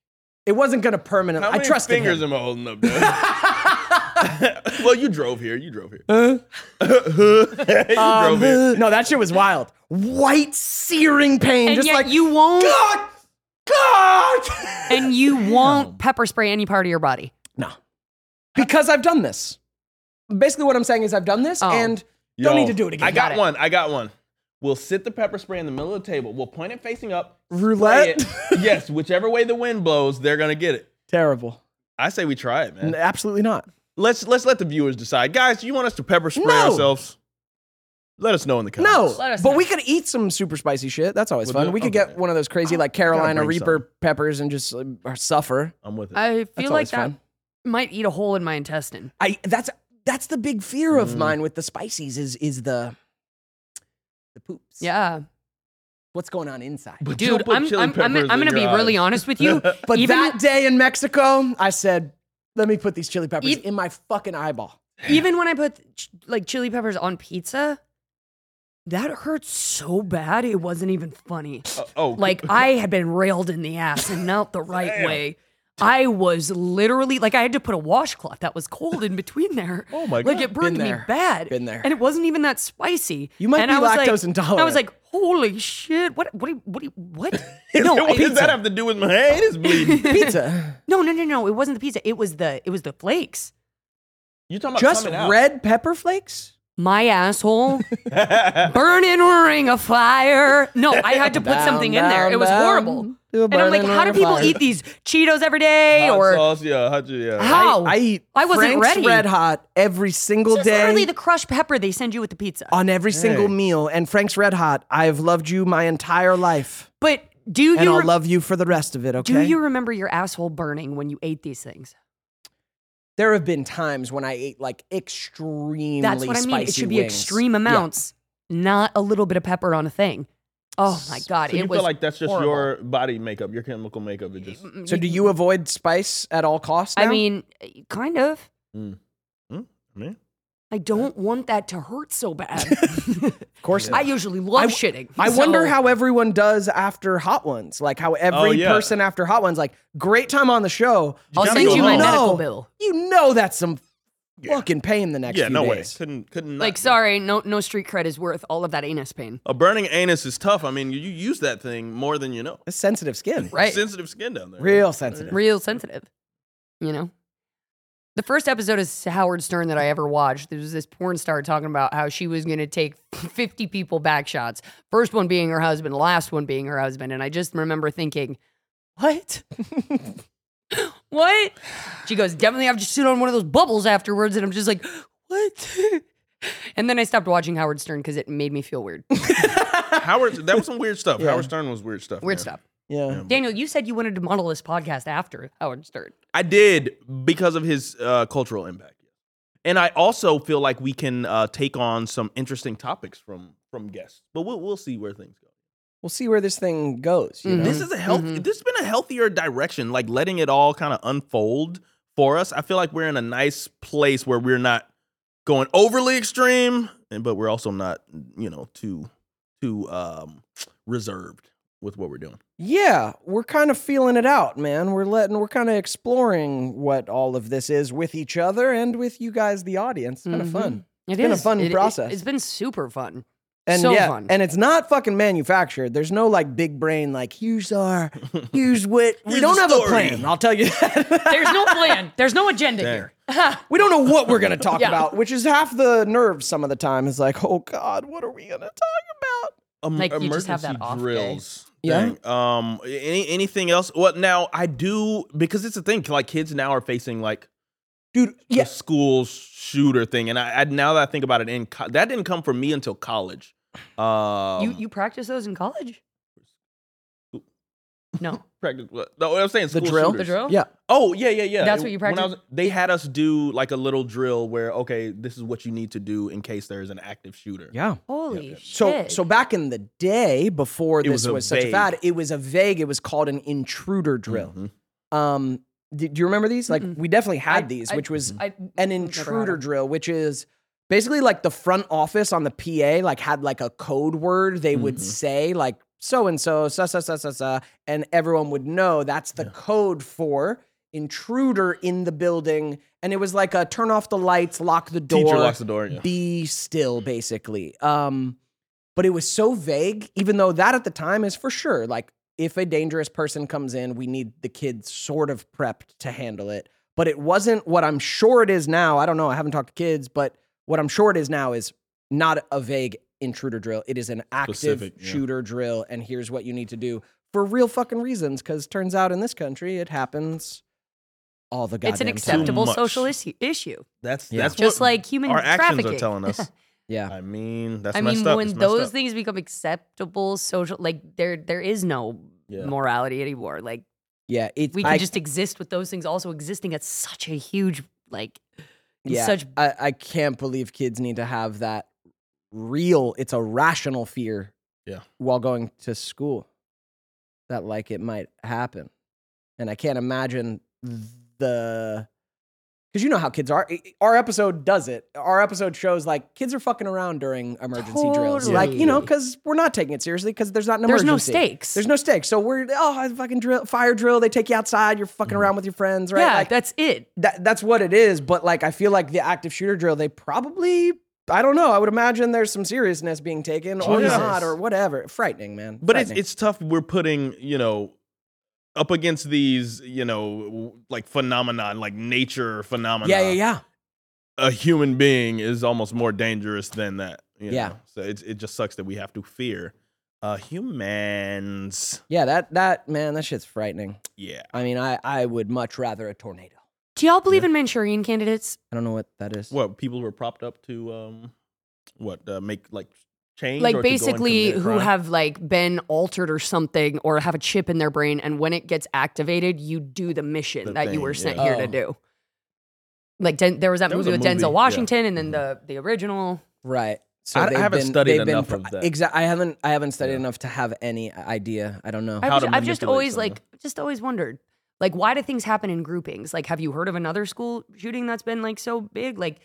It wasn't gonna permanently.
How many
I trusted
fingers
him.
am I holding up there? [laughs] well, you drove here. You drove here. [laughs] you
Um,
drove here.
no, that shit was wild. White searing pain,
And
just
yet
like
you won't
[laughs]
God,
[laughs]
God.
and you won't pepper spray any part of your body.
no, because I've done this. Basically, what I'm saying is I've done this
Oh.
and don't
Yo,
need to do it again.
I got,
Got it.
one. I got one. We'll sit the pepper spray in the middle of the table. We'll point it facing up. spray
Roulette?
it. yes, whichever way the wind blows, they're gonna get it.
[laughs] Terrible.
I say we try it, man.
N- Absolutely not.
Let's let's let the viewers decide. Guys, do you want us to pepper spray
No.
ourselves? Let us know in the
No,
comments.
Let us
but
know.
we could eat some super spicy shit. That's always
We'll
fun.
do it?
We could
Okay.
get one of those crazy like Carolina
bring
Reaper peppers and just like, or suffer.
I'm with it.
I feel
That's
like
always
that
fun.
might eat a hole in my intestine.
I that's that's the big fear
Mm.
of mine with the spices is is the the poops.
Yeah,
what's going on inside.
But don't
dude,
put
I'm
chili
I'm, I'm,
peppers
I'm
in
gonna be
your
really
eyes.
honest with
[laughs]
you.
But
even
that day in Mexico, I said, let me put these chili peppers
Eat-
in my
[laughs]
fucking eyeball.
even when I put ch- like chili peppers on pizza, that hurt so bad it wasn't even funny.
Oh, [laughs]
Like I had been railed in the ass and not the right
Damn.
way. I was literally like I had to put a washcloth that was cold in between there.
[laughs] Oh my
Like
God.
it burned
Been
me
there.
bad.
Been there.
And it wasn't even that spicy.
You might
and
be
I was like-
lactose intolerant.
I was like, holy shit! What? What? do you- What? do you- What?
what
I-
does that have to do with my anus
[laughs]
[laughs]
bleeding?
Pizza.
no, no, no, no! It wasn't the pizza. It was the it was the flakes.
you talking about
Just
coming out.
red pepper flakes?
my
[laughs]
asshole burning ring of fire no i had to put
Down,
something in there
down,
it was
down.
horrible
Do a
And I'm
burning
like, how do
on a
people
fire.
eat these Cheetos every day?
Hot
or
sauce, yeah, hot, yeah.
how?
I, I eat
Oh. I wasn't
Frank's
ready.
Red Hot every single
It's
day.
literally the crushed pepper they send you with the pizza.
on every single
Hey.
meal and Frank's Red Hot. I've loved you my entire life
but do you
and I'll
re-
love you for the rest of it, okay?
do you remember your asshole burning when you ate these things?
there have been times when I ate like extremely
That's what I mean. It
spicy
should be
wings.
extreme amounts, not a little bit of pepper on a thing. Oh my god,
So
it
you
was
feel like that's just
horrible.
your body makeup, your chemical makeup. It just
Yeah. So do you avoid spice at all costs?
I
now?
mean, kind of.
man.
I don't want that to hurt so bad.
of course
I
not.
usually love shitting.
I wonder
so-
how everyone does after hot ones. Like how every
Oh, yeah.
person after hot ones, like great time on the show.
I'll
gotta
send
go
you my
home.
medical
No.
bill.
You know that's some fucking pain the next
Yeah,
few
no way.
days.
Couldn't couldn't not
Like,
be.
sorry, no, no street cred is worth all of that anus pain.
A burning anus is tough. I mean, you, you use that thing more than you know.
That's sensitive skin.
Right.
Sensitive skin down there.
Real sensitive.
real sensitive. You know, the first episode of Howard Stern that I ever watched, there was this porn star talking about how she was going to take 50 people back shots. First one being her husband, last one being her husband, and I just remember thinking, [laughs]
[laughs]
what? what? She goes, definitely have to sit on one of those bubbles afterwards, and I'm just like, what? [laughs] and then I stopped watching Howard Stern because it made me feel
[laughs]
weird.
Howard, that was some weird stuff. Howard Stern was weird stuff.
Weird
man.
stuff.
Yeah.
Daniel, you said you wanted to model this podcast after Howard Stern.
I did because of his uh, cultural impact. And I also feel like we can uh, take on some interesting topics from from guests, but we'll we'll see where things go.
We'll see where this thing goes. You
Mhm.
know?
This is a health. This has been a healthier direction, like letting it all kind of unfold for us. I feel like we're in a nice place where we're not going overly extreme, and but we're also not, you know, too too um, reserved with what we're doing.
Yeah, we're kind of feeling it out, man. We're letting we're kind of exploring what all of this is with each other and with you guys, the audience. It's kind
Mm-hmm.
of fun.
It's
been a fun process.
It, has been super fun.
And
so
yeah,
fun.
and it's not fucking manufactured. There's no like big brain like here's our
[laughs]
here's what we
Here's
don't
the
have
story.
a plan. I'll tell you that.
[laughs]
[laughs]
There's no plan. There's no agenda here.
we don't know what we're gonna talk
Yeah.
about, which is half the nerve some of the time. Is like, oh God, what are we gonna talk
Um,
Like, you just have that off day.
Yeah.
thing. Um. Any anything else? Well, now I do because it's a thing. Like kids now are facing like
about? Dude, yeah.
the school shooter thing, and I, I now that I think about it, in co- that didn't come for me until college.
[laughs]
Um,
you you practice those in college? No,
practice what? No, what I'm saying
The
school
drill?
shooters.
the drill.
Yeah.
Oh yeah, yeah, yeah.
That's what you
when I
practice-
was- they had us do like a little drill where okay, this is what you need to do in case there is an active shooter.
Yeah.
Holy
So
shit.
so back in the day before
It
this
was
was,
a
such a
vague-
fad, it was a vague. It was called an intruder drill.
Mhm.
Um, do, do you remember these? Like we definitely had
I-
these,
I-
which was
I-
an
never had
intruder
them.
drill, which is basically like the front office on the PA like had like a code word they would
Mhm.
say like so and so sa sa sa sa sa, and everyone would know that's the code for intruder in the building. And it was like a turn off the lights, lock the door,
Teacher locks the door. Yeah.
be still basically um but it was so vague even though that at the time is for sure like if a dangerous person comes in we need the kids sort of prepped to handle it but it wasn't what i'm sure it is now i don't know i haven't talked to kids but what i'm sure it is now is not a vague intruder drill it is an active
Specific, yeah.
shooter drill and here's what you need to do for real fucking reasons because turns out in this country it happens all the goddamn
it's an
time.
acceptable
much.
social issue. issue.
That's
Yeah.
that's
Just
what
like human
our actions
trafficking.
are
[laughs]
telling us.
yeah
I mean, that's
I
messed
mean,
up.
when
It's messed
those
up.
things become acceptable social, like there there is no
Yeah.
morality anymore. Like
yeah it,
we can
I-
just exist with those things also existing at such a huge like
yeah,
such
I, I can't believe kids need to have that real it's a rational fear
Yeah.
while going to school that like it might happen and i can't imagine the because you know how kids are I- I- our episode does it our episode shows like kids are fucking around during emergency drills like you
Totally.
know because we're not taking it seriously because there's not an
there's no
emergency
stakes.
there's no stakes so we're oh fucking drill fire drill they take you outside you're fucking around with your friends right
Mm-hmm. yeah,
like
that's it.
that that's what it is. But like, I feel like the active shooter drill, they probably, I don't know. I would imagine there's some seriousness being taken or
Jesus.
not or whatever. Frightening, man.
but it's
Frightening.
it's tough. We're putting you know up against these you know w- like phenomenon, like nature phenomenon.
yeah, yeah, yeah.
A human being is almost more dangerous than that. you
Yeah.
know? So it it just sucks that we have to fear Uh, humans.
Yeah, that that man, that shit's frightening.
Yeah.
I mean, I I would much rather a tornado.
Do y'all believe in Manchurian candidates?
I don't know what that is.
What people were propped up to? Um, what uh, make like change? or
Like
to go and
basically
commit a
who
crime?
have like been altered or something or have a chip in their brain and when it gets activated you do the mission
The
that you
thing,
were sent
yeah.
here
Oh.
to do. Like Den- there was that
There was
movie
a
with
movie, yeah. Mm-hmm.
Denzel Washington and then the the original
Right. So
I- I
they've
haven't
been-
studied
they've been
enough
pro-
of that.
Exa- I haven't I haven't studied
Yeah.
enough to have any idea. I don't know.
How
I've,
to
just, I've just
manipulate
always
someone.
like just always wondered like why do things happen in groupings like have you heard of another school shooting that's been like so big like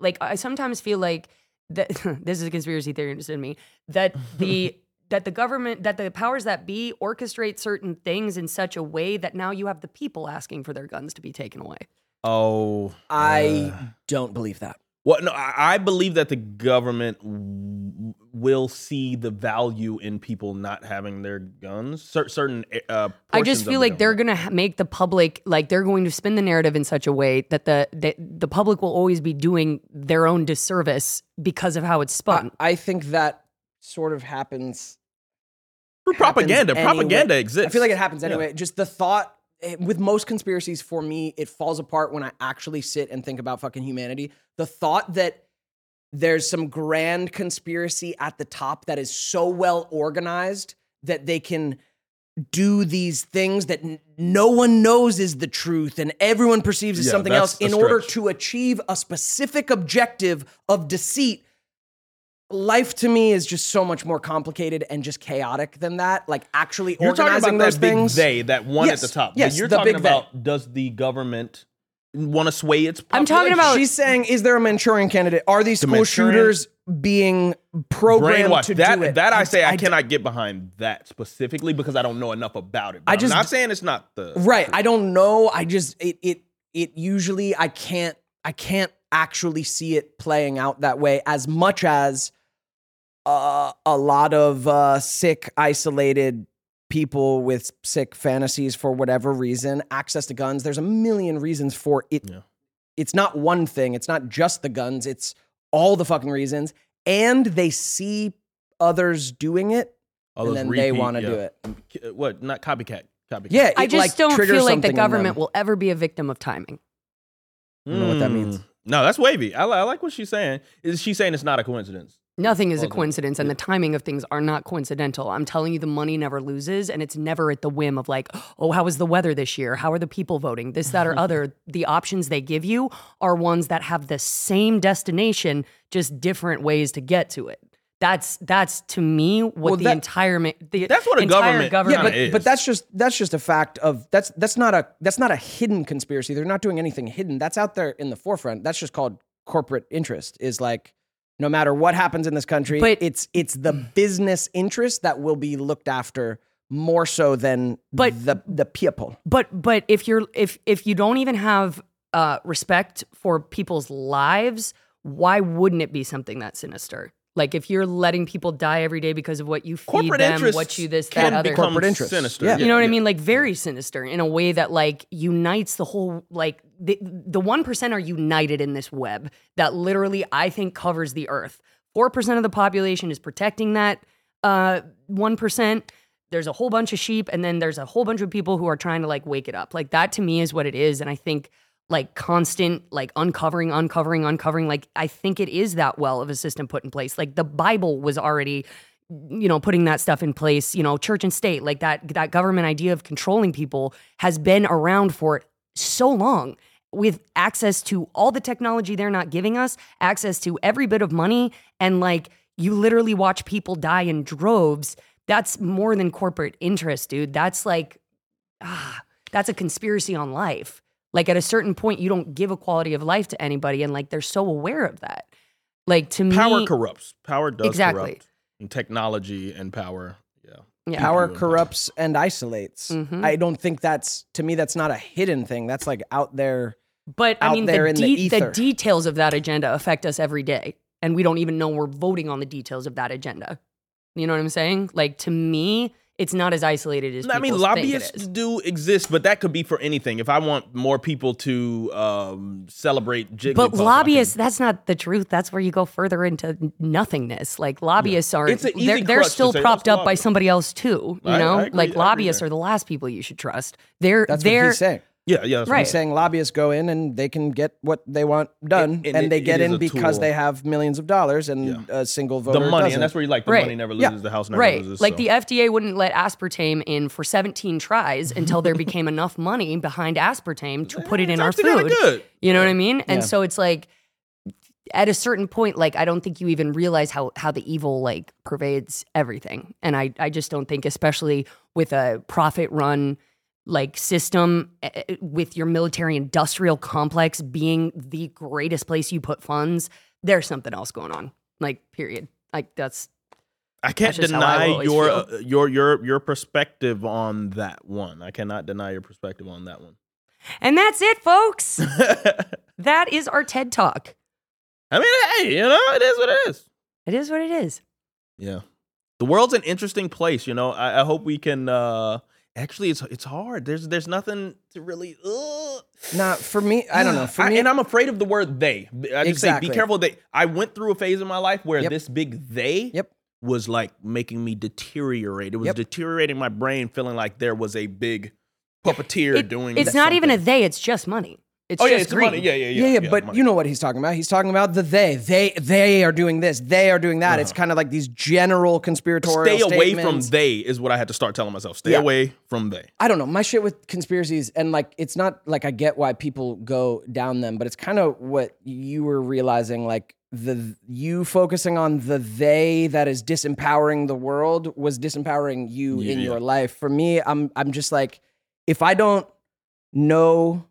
like i sometimes feel like that [laughs] this is a conspiracy theory just in me that
[laughs]
the that the government that the powers that be orchestrate certain things in such a way that now you have the people asking for their guns to be taken away
Oh,
I
uh,
don't believe that.
Well, no, I, I believe that the government w- will see the value in people not having their guns. Cer- certain, uh,
I
portions
just
of
feel
the
like they're
government.
going to make the public like they're going to spin the narrative in such a way that the that the public will always be doing their own disservice because of how it's spun.
I think that sort of happens.
through propaganda.
happens anyway.
Propaganda
I
exists.
feel like it happens
Yeah.
anyway. Just the thought eh, with most conspiracies for me, it falls apart when I actually sit and think about fucking humanity. The thought that there's some grand conspiracy at the top that is so well organized that they can do these things that n- no one knows is the truth and everyone perceives as
Yeah,
something
that's
else
a
in order
stretch.
to achieve a specific objective of deceit life to me is just so much more complicated and just chaotic than that like actually
You're talking
organizing
about
those
that big
things
they, that one
Yes,
at the top. But
yes,
you're
the
talking
big they.
about does the government want to sway its?
I'm talking
population?
about-
she's saying is there a manchurian candidate are these school
Manchurian-
shooters being programmed
brainwash.
to
that
do it
that I say I,
d-
cannot get behind that specifically because I don't know enough about it. But
I
I
just-
am not saying it's not the
right i don't know i just it it it usually i can't i can't actually see it playing out that way as much as uh, a lot of uh, sick isolated people with sick fantasies for whatever reason access to guns there's a million reasons for it
Yeah.
it's not one thing it's not just the guns it's all the fucking reasons and they see others doing it
all
and
those
then they
repeat,
want to
yeah.
do it
K- What? Not copycat. Copycat.
yeah it,
I just
like,
don't
triggers
feel like
something
the
in them.
government will ever be a victim of timing.
I
don't know what that means.
Hmm. No, that's wavy. I, li- I like what she's saying. Is she's saying it's not a coincidence?
Nothing is
Well,
a
then,
coincidence, and
yeah.
the timing of things are not coincidental. I'm telling you, the money never loses, and it's never at the whim of like, oh, how is the weather this year? How are the people voting? This,
[laughs]
that, or other. The options they give you are ones that have the same destination, just different ways to get to it. That's that's to me what
Well,
the
that-
entire ma- the
That's what a
entire
government- Yeah,
yeah,
kinda
but,
is.
but that's just that's just a fact of that's that's not a that's not a hidden conspiracy. They're not doing anything hidden. That's out there in the forefront. That's just called corporate interest. Is like no matter what happens in this country,
But-
it's it's the business interest that will be looked after more so than
But-
the the people.
but but if you're if if you don't even have uh, respect for people's lives, why wouldn't it be something that sinister? Like if you're letting people die every day because of what you feed
Corporate
them,
interests
what you this that
can
other,
become
Corporate interests.
sinister.
Yeah.
you know what
yeah.
I mean? Like very sinister in a way that like unites the whole like the the one percent are united in this web that literally I think covers the earth. Four percent of the population is protecting that uh, one There's a whole bunch of sheep, and then there's a whole bunch of people who are trying to like wake it up. Like that to me is what it is, and I think like constant like uncovering uncovering uncovering like i think it is that well of a system put in place like the bible was already you know putting that stuff in place you know church and state like that that government idea of controlling people has been around for so long with access to all the technology they're not giving us access to every bit of money and like you literally watch people die in droves that's more than corporate interest dude that's like ah that's a conspiracy on life like at a certain point you don't give a quality of life to anybody and like they're so aware of that like to
Power
me
corrupts. Power does
Exactly.
corrupt. And technology and power. Yeah.
Yeah.
Power
People in
corrupts and isolates.
Mhm.
I don't think that's to me that's not a hidden thing. That's like out there.
But I
out
mean,
there
the,
in the
de- the,
ether.
details of that agenda affect us every day, and we don't even know we're voting on the details of that agenda. You know what I'm saying? Like to me, it's not as isolated as
I mean,
people think it
lobbyists
is.
do exist, but that could be for anything. If I want more people to um, celebrate Jigglypuff, I
But
can-
lobbyists, that's not the truth. That's where you go further into nothingness. Like lobbyists aren't
It's an easy
they're, they're
crutch to
still
say, "Oh,
propped
it's a
up by
lobbyist."
somebody else too. You
I- I
know,
agree- I
like
agree
lobbyists
there.
are the last people you should trust. They're
That's what
they're
he's saying.
yeah, yeah, that's what I'm
Right.
He's saying lobbyists go in and they can get what they want done,
And-
and,
and it-
they
it
get
is
in
a
because
tool.
they have millions of dollars, and
Yeah.
a single voter
the money,
doesn't.
and that's where you like the
Right.
money never
Yeah.
loses, the house never
right.
loses.
Like
so.
the FDA wouldn't let aspartame in for 17 tries until there
[laughs]
became enough money behind aspartame to put it in
It's
our
actually kinda
food.
good.
You know what I mean? And
Yeah.
so it's like at a certain point, like I don't think you even realize how how the evil like pervades everything. And I I just don't think, especially with a profit run like system eh, eh, with your military industrial complex being the greatest place you put funds, there's something else going on. Like period. Like that's
I can't
That's just how I
deny
always
your
feel.
uh, your your your perspective on that one. I cannot deny your perspective on that one. [laughs]
and that's it, folks.
I
that is our TED talk.
mean, hey, you know, it is what it is.
It is what it is.
Yeah. The world's an interesting place, you know. I, I hope we can uh actually it's it's hard. There's there's nothing to really ugh.
Nah, for me, I don't know. For me,
and I'm afraid of the word they. I just
Exactly.
say be careful they I went through a phase in my life where
Yep.
this big they
Yep.
was like making me deteriorate. It was
Yep.
deteriorating my brain feeling like there was a big puppeteer
It-
doing
it's not even a
something.
they, it's just money. It's
Oh yeah,
just
it's
greed.
money. Yeah, yeah, yeah.
yeah, yeah, but
money.
you know what he's talking about. He's talking about the they. They they are doing this. They are doing that. It's
Uh-huh.
kind of like these general conspiratorial
stay away from
statements.
they is what I had to start telling myself. Stay
Yeah.
away from they.
I don't know. My shit with conspiracies and like it's not like I get why people go down them, but it's kind of what you were realizing like the you focusing on the they that is disempowering the world was disempowering you in
Yeah.
your life. For me, I'm I'm just like if I don't know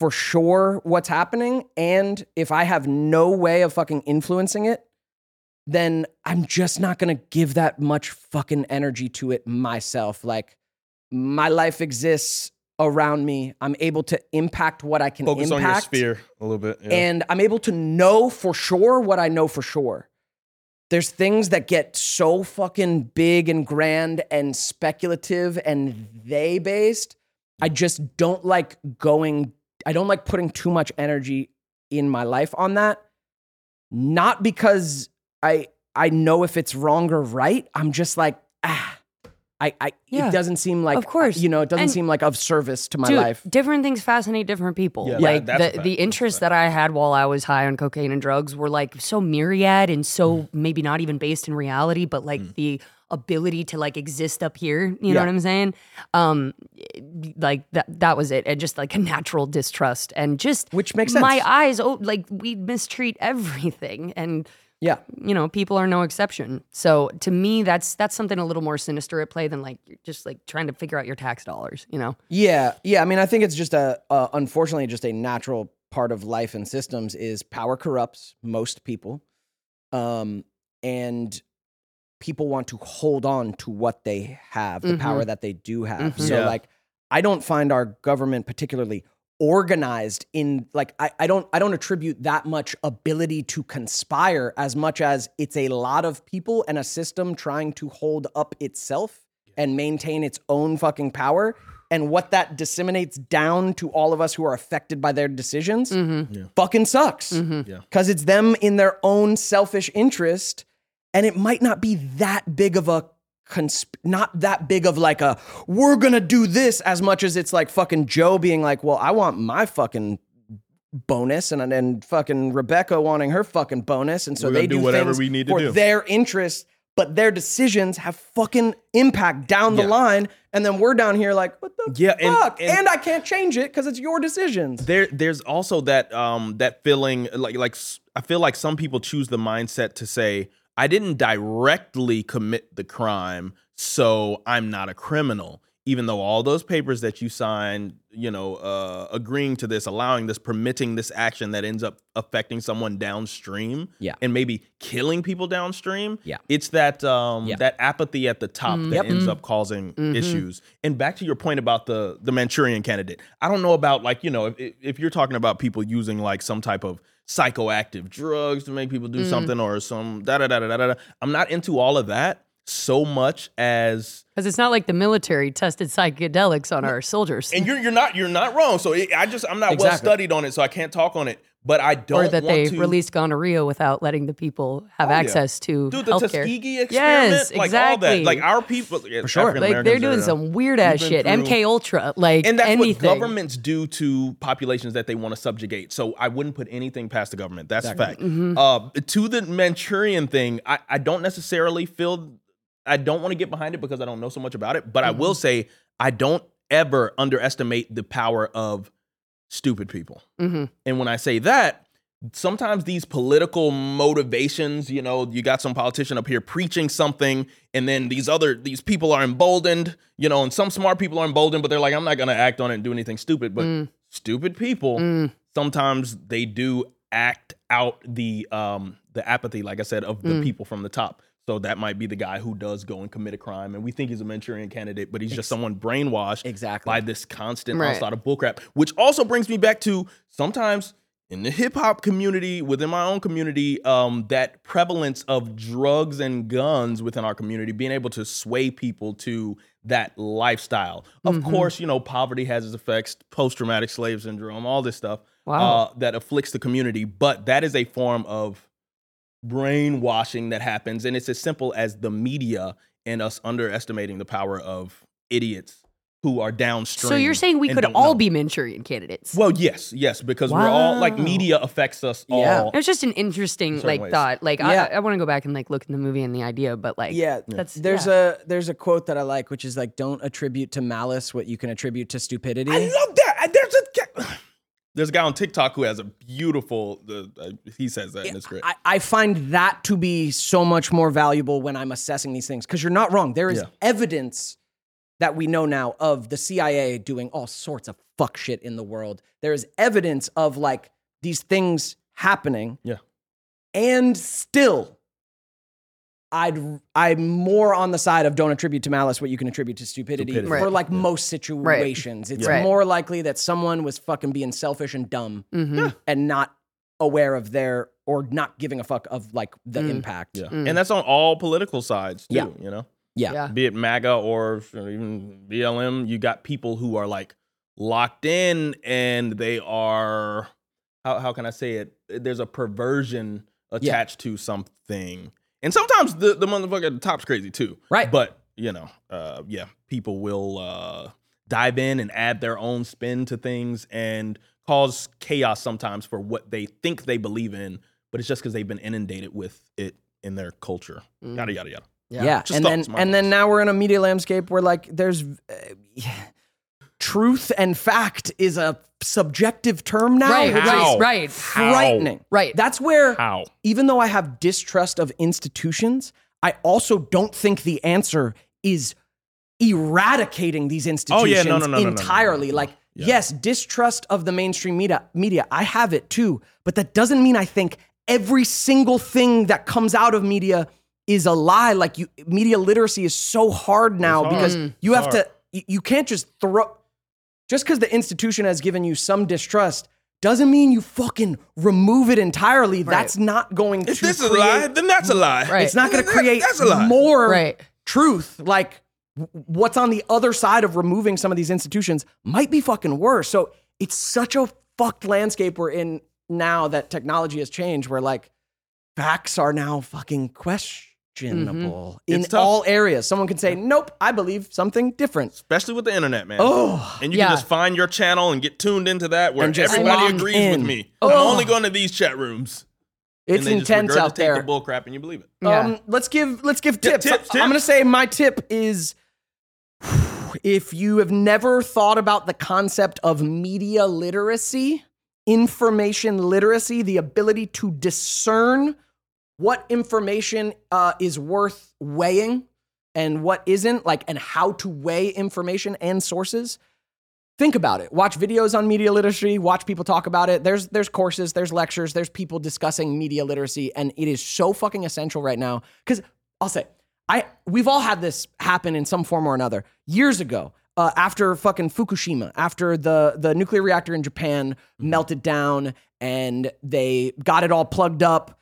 for sure what's happening and if I have no way of fucking influencing it, then I'm just not going to give that much fucking energy to it myself. Like my life exists around me. I'm able to impact what I can
Focus on
impact
your sphere a little bit. yeah.
and I'm able to know for sure what I know for sure. There's things that get so fucking big and grand and speculative and they based.
Mm.
I just don't like going, I don't like putting too much energy in my life on that. Not because I I know if it's wrong or right. I'm just like, ah, I, I
Yeah.
it doesn't seem like
Of course.
you know, it doesn't
And-
seem like of service to my
Dude,
life.
Different things fascinate different people.
Yeah, that-
like
that's a fact.
the,
That's
the
a
interests
fact.
that I had while I was high on cocaine and drugs were like so myriad and so
Mm.
maybe not even based in reality, but like the ability to like exist up here. You know
Yeah.
what I'm saying? Um, like that that was it, and just like a natural distrust and just
Which makes sense.
My eyes, oh, like we mistreat everything and.
yeah.
you know people are no exception so to me that's that's something a little more sinister at play than like you're just like trying to figure out your tax dollars you know
Yeah, yeah. I mean, I think it's just a uh, unfortunately just a natural part of life and systems is power corrupts most people, um, and people want to hold on to what they have, the
Mhm.
power that they do have.
Mhm.
So,
Yeah.
like, I don't find our government particularly organized in like I, I don't I don't attribute that much ability to conspire as much as it's a lot of people and a system trying to hold up itself and maintain its own fucking power and what that disseminates down to all of us who are affected by their decisions
mm-hmm
fucking sucks
mm-hmm
because it's them in their own selfish interest and it might not be that big of a consp- not that big of like a we're gonna do this as much as it's like fucking joe being like well i want my fucking bonus and and fucking rebecca wanting her fucking bonus and so
We're gonna
they
do
do
whatever
things
we need to
for
do.
their interest but their decisions have fucking impact down the
Yeah.
line and then we're down here like what the
Yeah, and-
fuck
and-
and i can't change it because it's your decisions
there there's also that um that feeling like like s- I feel like some people choose the mindset to say I didn't directly commit the crime, so I'm not a criminal. Even though all those papers that you signed, you know, uh, agreeing to this, allowing this, permitting this action that ends up affecting someone downstream,
Yeah.
and maybe killing people downstream,
Yeah.
it's that um,
Yeah.
that apathy at the top that
Mm. Yep.
ends up causing
Mhm.
issues. And back to your point about the the Manchurian candidate, I don't know about like you know if if you're talking about people using like some type of
Mm.
psychoactive drugs to make people do something or some da da da da da. da. I'm not into all of that. so much as
Because it's not like the military tested psychedelics on our soldiers.
and you're you're not you're not wrong. So it, I just I'm not well
Exactly.
studied on it, so I can't talk on it. But I don't
or that
want
they
to,
released gonorrhea without letting the people have
Oh, yeah.
access to
Dude, the
healthcare.
Tuskegee experiment,
Yes,
like all that,
exactly.
like our people, yeah,
sure. Like,
like they're doing some weird ass
We've
shit.
been
MK Ultra, like
and that's
anything.
what governments do to populations that they want to subjugate. So I wouldn't put anything past the government. That's a fact.
Mm-hmm.
Uh, to the Manchurian thing, I, I don't necessarily feel I don't want to get behind it because I don't know so much about it. But I
Mm-hmm.
will say I don't ever underestimate the power of stupid people.
hmm
And when I say that, sometimes these political motivations, you know, you got some politician up here preaching something, and then these other these people are emboldened, you know, and some smart people are emboldened, but they're like, I'm not gonna act on it and do anything stupid. But
Mm.
stupid people
Mm.
sometimes they do act out the um the apathy, like I said, of the
Mm.
people from the top. So that might be the guy who does go and commit a crime, and we think he's a Manchurian candidate, but he's just someone brainwashed
Exactly.
by this constant
Right.
onslaught of bullcrap, which also brings me back to sometimes in the hip hop community, within my own community, um, that prevalence of drugs and guns within our community, being able to sway people to that lifestyle. Of course, you know, poverty has its effects, post traumatic slave syndrome, all this stuff
Wow.
uh, that afflicts the community, but that is a form of brainwashing that happens. And it's as simple as the media and us underestimating the power of idiots who are downstream.
so you're saying we
and
could
don't
all
know.
be Manchurian candidates?
Well, yes, yes, because we're all like
Wow.
media affects us all.
Yeah.
it was just an interesting
certain
like
ways.
thought. Like
Yeah.
I, I want to go back and like look in the movie and the idea, but like
yeah,
that's
there's a there's a quote that I like, which is like, "Don't attribute to malice what you can attribute to stupidity."
I love that. I- There's a guy, there's a guy on TikTok who has a beautiful. the uh, he says that, and it's great.
I, I find that to be so much more valuable when I'm assessing these things because you're not wrong. There is
Yeah.
evidence that we know now of the CIA doing all sorts of fuck shit in the world. There is evidence of like these things happening.
Yeah.
And still, I'd I'm more on the side of don't attribute to malice what you can attribute to stupidity,
Stupidity.
for
Right.
like most situations. It's
Yeah. Right.
more likely that someone was fucking being selfish and dumb
Mhm.
and not aware of their or not giving a fuck of like the
Mm.
impact.
yeah,
Mm.
and that's on all political sides too.
Yeah.
You know.
Yeah.
Yeah.
be it MAGA or you know, even BLM, you got people who are like locked in and they are how how can I say it? There's a perversion attached to something. And sometimes the, the motherfucker at the top's crazy too.
Right.
But, you know, uh yeah, people will uh dive in and add their own spin to things and cause chaos sometimes for what they think they believe in, but it's just because they've been inundated with it in their culture.
Mm.
Yada yada yada.
Yeah.
Just
And then
thoughts,
and
my
then
thoughts.
now we're in a media landscape where like there's uh, yeah. truth and fact is a subjective term now.
right,
which is
How?
right, right,
Frightening.
Right.
That's where
How?
even though I have distrust of institutions, I also don't think the answer is eradicating these
no,
institutions
Oh, no, no, no, no, no,
entirely.
no, no.
Like,
Yeah.
yes, distrust of the mainstream media, media, I have it too, but that doesn't mean I think every single thing that comes out of media is a lie. Like, you, media literacy is so hard now
hard. Mm.
because you have
hard.
to, you, you can't just throw just because the institution has given you some distrust doesn't mean you fucking remove it entirely. That's not going
If
to
this is
create,
a lie, then that's a lie.
Right.
It's not going to
That-
create
that's a lie.
more
Right.
truth. Like w- what's on the other side of removing some of these institutions might be fucking worse. So it's such a fucked landscape we're in now that technology has changed where like facts are now fucking questionable in
It's tough.
all areas. Someone can say, "Nope, I believe something different."
Especially with the internet, man.
Oh,
and you
Yeah.
can just find your channel and get tuned into that where
And just
everybody
lock
agrees
in.
with me.
Oh.
I'm only going to these chat rooms.
it's
and they
intense
just
out
regurgitate
there.
The bull crap and you believe it.
Yeah.
Um, let's give let's give
Tip-
tips.
tips,
I- I'm gonna
tips.
say my tip is [sighs] if you have never thought about the concept of media literacy, information literacy, the ability to discern what information uh, is worth weighing and what isn't, like and how to weigh information and sources. Think about it. Watch videos on media literacy, watch people talk about it. There's there's courses, there's lectures, there's people discussing media literacy and it is so fucking essential right now cuz I'll say I we've all had this happen in some form or another years ago. Uh, after fucking Fukushima, after the the nuclear reactor in Japan melted down and they got it all plugged up,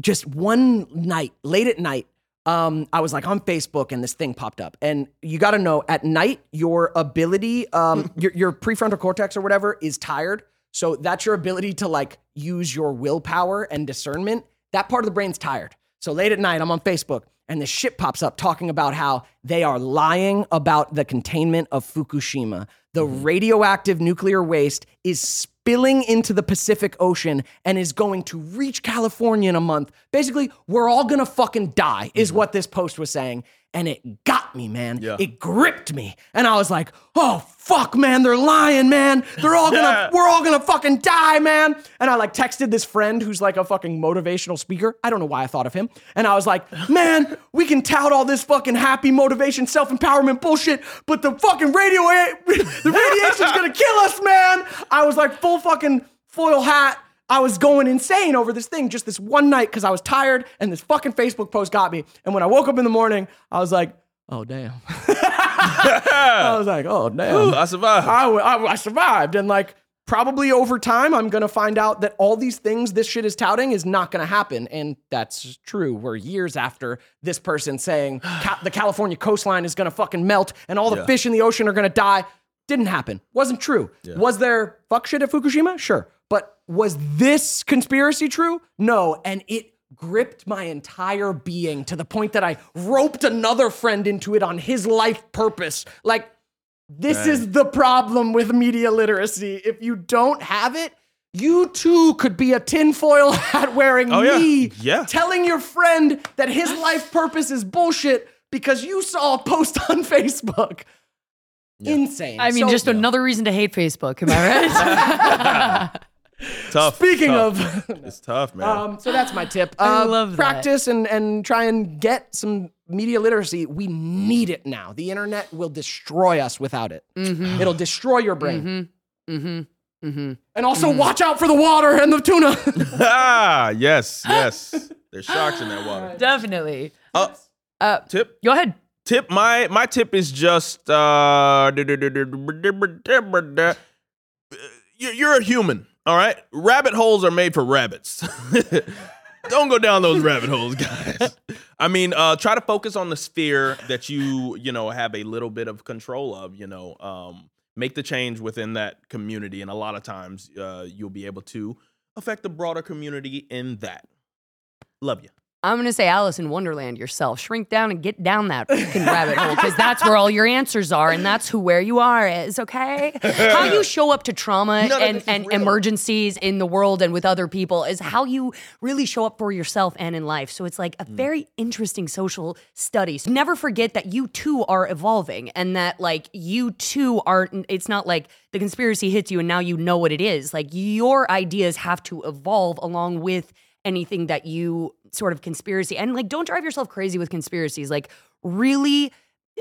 just one night, late at night, um, I was like on Facebook and this thing popped up. And you got to know at night, your ability, um, your, your prefrontal cortex or whatever is tired. So that's your ability to like use your willpower and discernment. That part of the brain's tired. So late at night, I'm on Facebook and this shit pops up talking about how they are lying about the containment of Fukushima. The radioactive nuclear waste is spilling into the Pacific Ocean and is going to reach California in a month. Basically, we're all gonna fucking die, is what this post was saying. And it got me, man.
Yeah.
It gripped me. And I was like, oh fuck, man, they're lying, man. They're all gonna we're all gonna fucking die, man. And I like texted this friend who's like a fucking motivational speaker. I don't know why I thought of him. And I was like, man, we can tout all this fucking happy motivation, self-empowerment bullshit, but the fucking radio eh, [laughs] the radiation's gonna kill us, man. I was like full fucking foil hat. I was going insane over this thing just this one night because I was tired and this fucking Facebook post got me. And when I woke up in the morning, I was like, oh damn. [laughs] I was like, oh damn.
Ooh, I survived.
I, I, I survived. And like, probably over time, I'm going to find out that all these things this shit is touting is not going to happen. And that's true. We're years after this person saying Ca- the California coastline is going to fucking melt and all the
Yeah.
fish in the ocean are going to die. Didn't happen. Wasn't true. Was there fuck shit at Fukushima? Sure. But was this conspiracy true? No. And it gripped my entire being to the point that I roped another friend into it on his life purpose. Like, this is the problem with media literacy. If you don't have it, you too could be a tinfoil [laughs] hat wearing
Oh, yeah.
me
Yeah.
telling your friend that his life purpose is bullshit because you saw a post [laughs] on Facebook. Insane.
I mean,
So,
just another reason to hate Facebook. Am [laughs] I right?
tough.
speaking
tough.
of
it's tough,
[laughs]
man.
Um, so that's my tip.
[laughs] I love that.
Uh, practice and and try and get some media literacy. We need it now. The internet will destroy us without it. It'll destroy your brain.
mm-hmm. Mm-hmm.
And also watch out for the water and the tuna. [laughs]
ah, yes, yes. There's sharks in that water.
Ah. Definitely.
Uh,
Uh,
tip.
Go ahead.
Tip. My my tip is just. Uh, you- you're a human, all right. Rabbit holes are made for rabbits. [laughs] Don't go down those rabbit holes, guys. I mean, uh, try to focus on the sphere that you you know have a little bit of control of. You know, um, make the change within that community, and a lot of times uh, you'll be able to affect the broader community in that. Love you.
I'm gonna say Alice in Wonderland yourself. Shrink down and get down that fucking rabbit hole because that's where all your answers are and that's who where you are is. Okay, how
[laughs]
you show up to trauma
None of
and,
this is
and
real.
emergencies in the world and with other people is how you really show up for yourself and in life. So it's like a very interesting social study. So never forget that you too are evolving and that like you too are. It's not like the conspiracy hits you and now you know what it is. Like your ideas have to evolve along with anything that you sort of conspiracy and like don't drive yourself crazy with conspiracies like really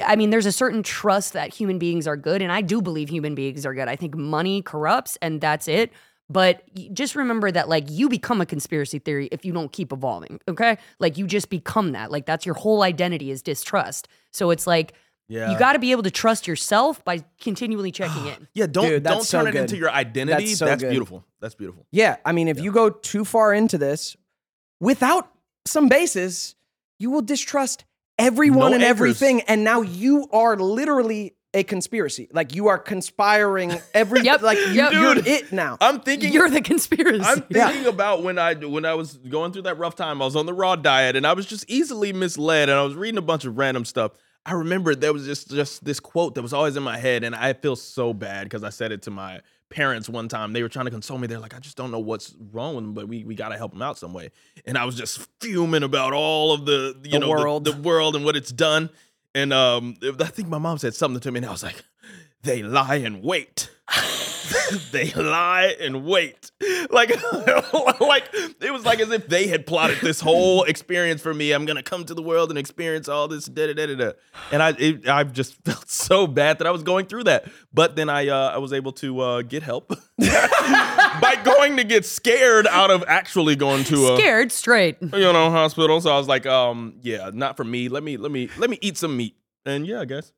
i mean there's a certain trust that human beings are good and i do believe human beings are good i think money corrupts and that's it but y- just remember that like you become a conspiracy theory if you don't keep evolving okay like you just become that like that's your whole identity is distrust so it's like
Yeah.
you got to be able to trust yourself by
[sighs]
continually checking in
Yeah, don't
Dude,
don't turn
that's so
it
good.
into your identity. That's,
so good.
beautiful. That's beautiful.
yeah, I mean, if you go too far into this without some basis, you will distrust everyone and
No anchors.
everything. And now you are literally a conspiracy. Like you are conspiring every.
[laughs] Yep,
Like you,
yep. Uh,
you're
Dude.
it now.
I'm thinking
you're the conspiracy
[laughs] I'm thinking about when I when I was going through that rough time. I was on the raw diet and I was just easily misled and I was reading a bunch of random stuff. I remember there was just just this quote that was always in my head and I feel so bad because I said it to my parents one time. They were trying to console me. They're like, I just don't know what's wrong with them, but we we gotta help them out some way. And I was just fuming about all of the you
The
know
world.
the world and what it's done. And um, I think my mom said something to me and I was like, they lie and wait. [laughs] they lie and wait. Like, [laughs] like it was like as if they had plotted this whole experience for me. I'm gonna come to the world and experience all this. Da da da da. da. And I, it, I just [laughs] felt so bad that I was going through that. But then I, uh, I was able to uh, get help [laughs] by going to get scared out of actually going to
[laughs]
a
scared straight
you know hospital. So I was like, um, yeah, not for me. Let me, let me, let me eat some meat. And yeah, I guess.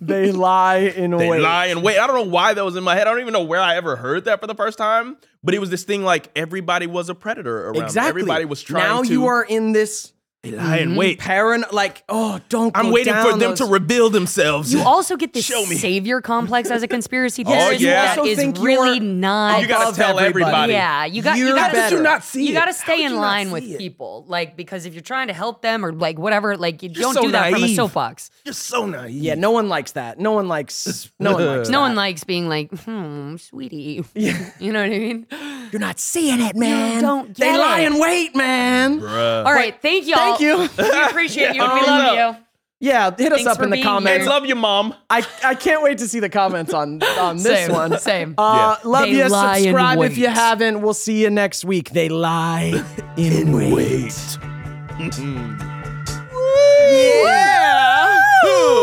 They lie in a
They lie and wait. I don't know why that was in my head. I don't even know where I ever heard that for the first time. But it was this thing like everybody was a predator around. me.
Exactly.
Everybody was trying
now
to.
you are in this
They lie in wait.
Paran like oh don't.
I'm
go
waiting for
down
them
those-
to reveal themselves.
You also get this
Show me.
savior complex as a conspiracy
[laughs] Oh,
theorist
yeah.
that
You also
is
think
really
you're-
not.
You gotta
above
tell everybody.
yeah, you got.
You're
you gotta,
better. How did you
not see
You
it?
gotta
How
stay
did
in
you not
line with
see it?
people, like because if you're trying to help them or like whatever, like you don't
so
do that from a
naive.
soapbox.
You're so naive.
Yeah, no one likes that. No one likes. No
[laughs]
one likes.
No one likes being like, hmm, sweetie.
Yeah.
[laughs] You know what I mean?
You're not seeing it, man.
don't
They
get
lie
it.
in wait, man.
Bruh.
All right, thank y'all.
Thank you.
We appreciate you. and we
Um,
love you.
[laughs] Yeah, hit us
Thanks
up
for
in the
being here.
comments.
Kids love you, mom.
I, I can't wait to see the comments on on this
Same, [laughs]
one.
same.
Uh,
Yeah.
Love
They
you.
lie in
Subscribe if
wait.
you haven't. We'll see you next week. They
[laughs]
lie in, wait.
Mm-hmm.
Yeah.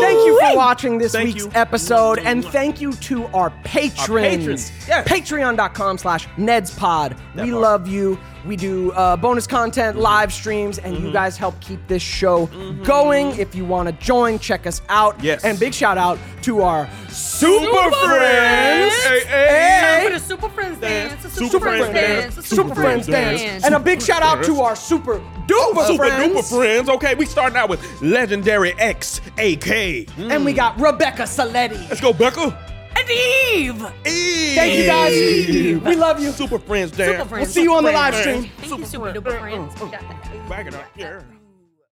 Thank you for watching this
Thank
week's
you.
episode, and thank you to our patrons.
patrons, yes.
Patreon.com slash NedsPod. We
part. Mm-hmm.
love you. We do uh, bonus content, live streams, and you guys help keep this show going. If you want to join, check us out.
Yes.
And big shout out to our Super,
friends.
Friends.
Hey, hey.
Hey.
It's a Super Friends dance. It's a
Super
Super Friends
Friends dance.
dance. It's a
Super Friends Dance. And a big shout out to our Super Duper
Super
Friends.
duper friends. Okay, we starting out with legendary X, AK.
And we got Rebecca Saletti.
Let's go, Becca.
And Eve.
Thank you guys. We love you.
Super friends, Dan.
Super
We'll
Friends.
see you on the
Super
live
Friends.
stream.
Thank you, Super Duper Friends.
Back it up, yeah.